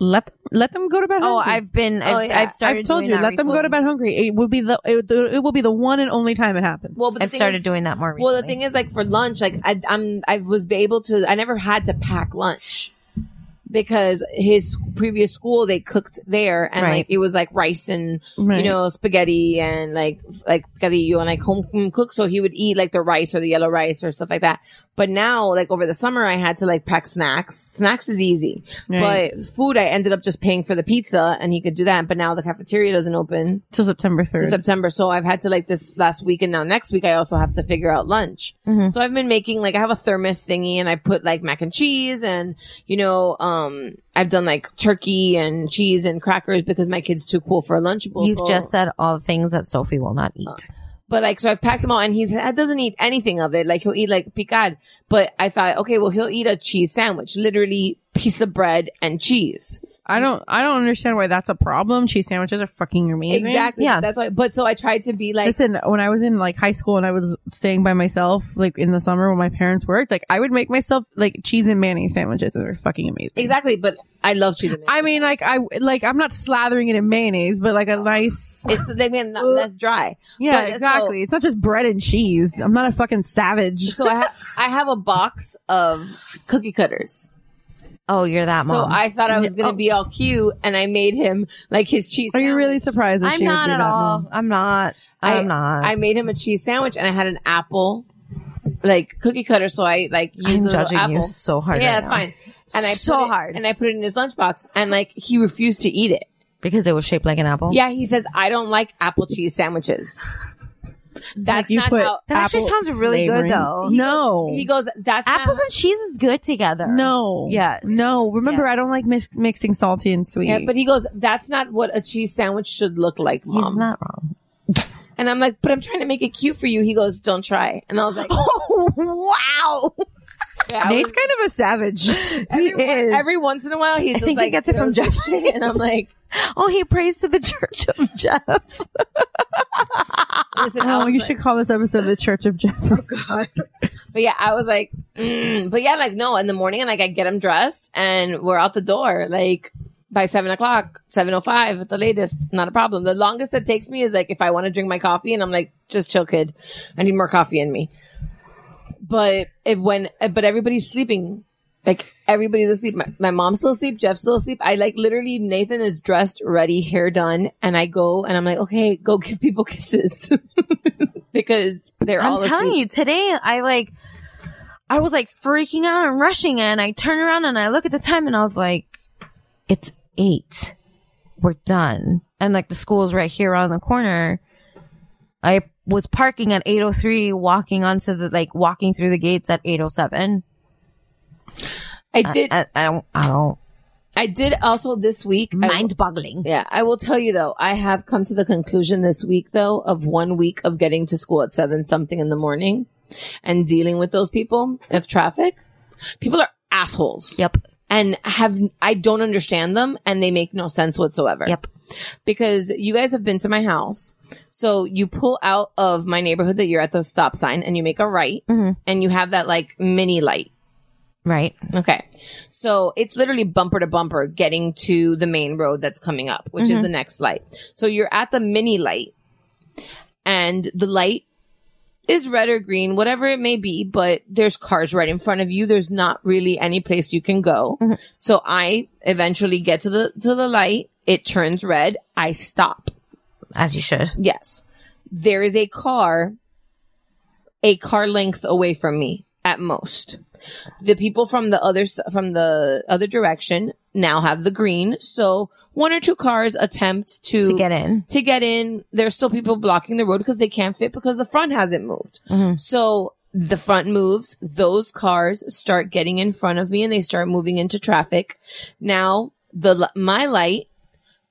S6: Let let them go to bed.
S9: Oh,
S6: hungry.
S9: I've been. I've,
S10: Oh, yeah.
S9: I've started.
S6: I've told
S9: doing
S6: you.
S9: that
S6: Let them go to
S9: recently.
S6: bed hungry. It will be the it, it will be the one and only time it happens.
S10: well, but the
S9: I've
S10: thing
S9: started
S10: is-
S9: doing that more recently.
S10: Well, the thing is, like for lunch, like I, I'm, I was able to. I never had to pack lunch because his previous school they cooked there, and
S9: Right.
S10: like it was like rice and
S6: Right.
S10: you know spaghetti and like f- like you and like home home cooked. So he would eat like the rice or the yellow rice or stuff like that. But now, like over the summer, I had to like pack snacks. Snacks is easy,
S6: Right.
S10: but food I ended up just paying for the pizza, and he could do that. But now the cafeteria doesn't open
S6: till September
S10: to
S6: third.
S10: September. So I've had to like this last week and now next week I also have to figure out lunch.
S9: Mm-hmm.
S10: So I've been making like I have a thermos thingy and I put like mac and cheese and you know um I've done like turkey and cheese and crackers because my kid's too cool for a lunchable.
S9: you've
S10: so-
S9: just said all the things that Sophie will not eat.
S10: but like so I've packed them all and he's he doesn't eat anything of it. Like he'll eat like picad, but I thought okay, well he'll eat a cheese sandwich, literally piece of bread and cheese.
S6: I don't I don't understand why that's a problem. Cheese sandwiches are fucking amazing.
S10: Exactly.
S9: Yeah.
S10: That's why. But so I tried to be like.
S6: Listen, when I was in like high school and I was staying by myself, like in the summer when my parents worked, like I would make myself like cheese and mayonnaise sandwiches. Those are fucking amazing.
S10: Exactly, but I love cheese. and
S6: I mean, like I like I'm not slathering it in mayonnaise, but like a nice.
S10: it's they mean not less dry.
S6: Yeah,
S10: But, uh, so-
S6: exactly. it's not just bread and cheese. I'm not a fucking savage.
S10: So I, ha- I have a box of cookie cutters.
S9: Oh, you're that
S10: So
S9: mom.
S10: I thought I was going to be all cute, and I made him like his cheese. Are you really
S6: surprised?
S9: that I'm she would not be at that all. mom? I'm not.
S10: I,
S9: I'm not.
S10: I made him a cheese sandwich, and I had an apple, like cookie cutter. So I like used
S9: I'm
S10: the little
S9: judging you
S10: apple.
S9: so hard
S10: Yeah,
S9: right
S10: that's
S9: now.
S10: fine. And I
S9: So
S10: put it-
S9: hard.
S10: And I put it in his lunchbox, and like he refused to eat it.
S9: because it was shaped like an apple.
S10: Yeah, he says I don't like apple cheese sandwiches. That's
S9: you
S10: not
S9: put
S10: how.
S9: That actually apple sounds really good, flavoring. though.
S10: He
S6: No.
S10: goes- he goes. That's not
S9: Apples and cheese is good together.
S6: No.
S9: Yes.
S6: No. Remember, I don't like mix- mixing salty and sweet.
S10: Yeah, but he goes, that's not what a cheese sandwich should look like, mom.
S9: He's not wrong.
S10: And I'm like, but I'm trying to make it cute for you. He goes, don't try. And I was like,
S9: oh, wow.
S6: Nate's kind of a savage.
S10: Every, every once in a while, he's
S9: I
S10: just
S9: think
S10: like,
S9: he gets it from
S10: throws
S9: Jeff.
S10: his shit. And I'm like,
S9: oh, he prays to the church of Jeff.
S10: listen, I
S6: Oh,
S10: was
S6: you
S10: like-
S6: should call this episode the Church of Jeff.
S10: but yeah, I was like, mm. but yeah, like, no, in the morning, and like, I get him dressed and we're out the door, like, by seven o'clock, 7.05 at the latest, not a problem. The longest that takes me is like, if I want to drink my coffee and I'm like, just chill, kid. I need more coffee in me. But it, when, but everybody's sleeping. Like everybody's asleep. My, my mom's still asleep. Jeff's still asleep. I like literally Nathan is dressed, ready, hair done, and I go and I'm like, okay, go give people kisses because they're all.
S9: I'm telling
S10: asleep.
S9: you, today I like, I was like freaking out and rushing, and I turn around and I look at the time, and I was like, it's eight. We're done, and like the school's right here around the corner. I was parking at 803, walking onto the like walking through the gates at 807.
S10: I did.
S9: I, I don't. I don't.
S10: I did also this week.
S9: Mind boggling.
S10: Yeah, I will tell you though, I have come to the conclusion this week though of one week of getting to school at seven something in the morning and dealing with those people of traffic. People are assholes.
S9: Yep.
S10: And have I don't understand them and they make no sense whatsoever.
S9: Yep.
S10: Because you guys have been to my house. So you pull out of my neighborhood that you're at the stop sign and you make a right
S9: Mm-hmm.
S10: and you have that like mini light.
S9: Right.
S10: Okay. So it's literally bumper to bumper getting to the main road that's coming up, which is
S9: Mhm.
S10: the next light. So you're at the mini light and the light is red or green, whatever it may be, but there's cars right in front of you. There's not really any place you can go. So I eventually get to the, to the light. It turns red. I stop.
S9: As you should.
S10: Yes. There is a car a car length away from me at most. The people from the other s- from the other direction now have the green, so one or two cars attempt to
S9: To get in.
S10: To get in, there's still people blocking the road because they can't fit because the front hasn't moved.
S9: Mm-hmm.
S10: So the front moves, those cars start getting in front of me and they start moving into traffic. Now the li- my light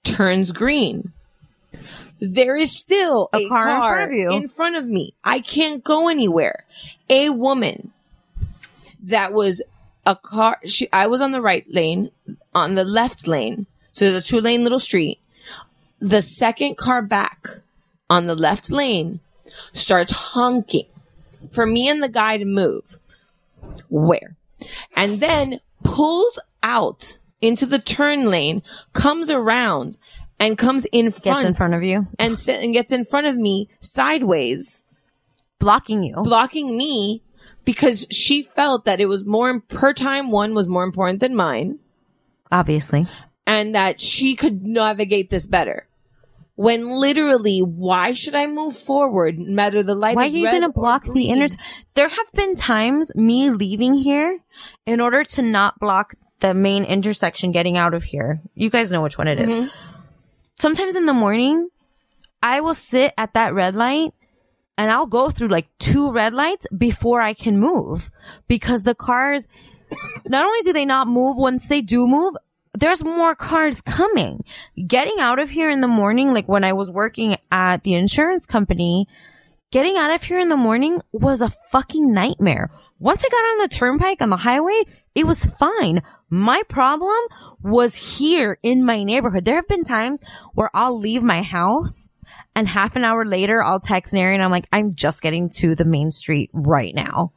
S10: turns green. There is still a,
S9: car in front of you.
S10: in front of me. I can't go anywhere. A woman that was a car. She, I was on the right lane, on the left lane. So there's a two lane little street. The second car back on the left lane starts honking for me and the guy to move. Where? And then pulls out into the turn lane, comes around, and comes in front.
S9: Gets in front of you.
S10: And, sit- and gets in front of me sideways
S9: Blocking you.
S10: blocking me because she felt that it was more her time one was more important than mine
S9: Obviously.
S10: and that she could navigate this better when literally why should i move forward matter the light
S9: Why are
S10: is
S9: you
S10: red
S9: going to
S10: or
S9: block the
S10: green?
S9: inner? There have been times me leaving here in order to not block the main intersection getting out of here. You guys know which one it is. Sometimes in the morning, I will sit at that red light and I'll go through like two red lights before I can move because the cars, not only do they not move, once they do move, there's more cars coming. Getting out of here in the morning, like when I was working at the insurance company, getting out of here in the morning was a fucking nightmare. Once I got on the turnpike on the highway, it was fine. My problem was here in my neighborhood. There have been times where I'll leave my house and half an hour later I'll text Nary and I'm like, I'm just getting to the main street right now.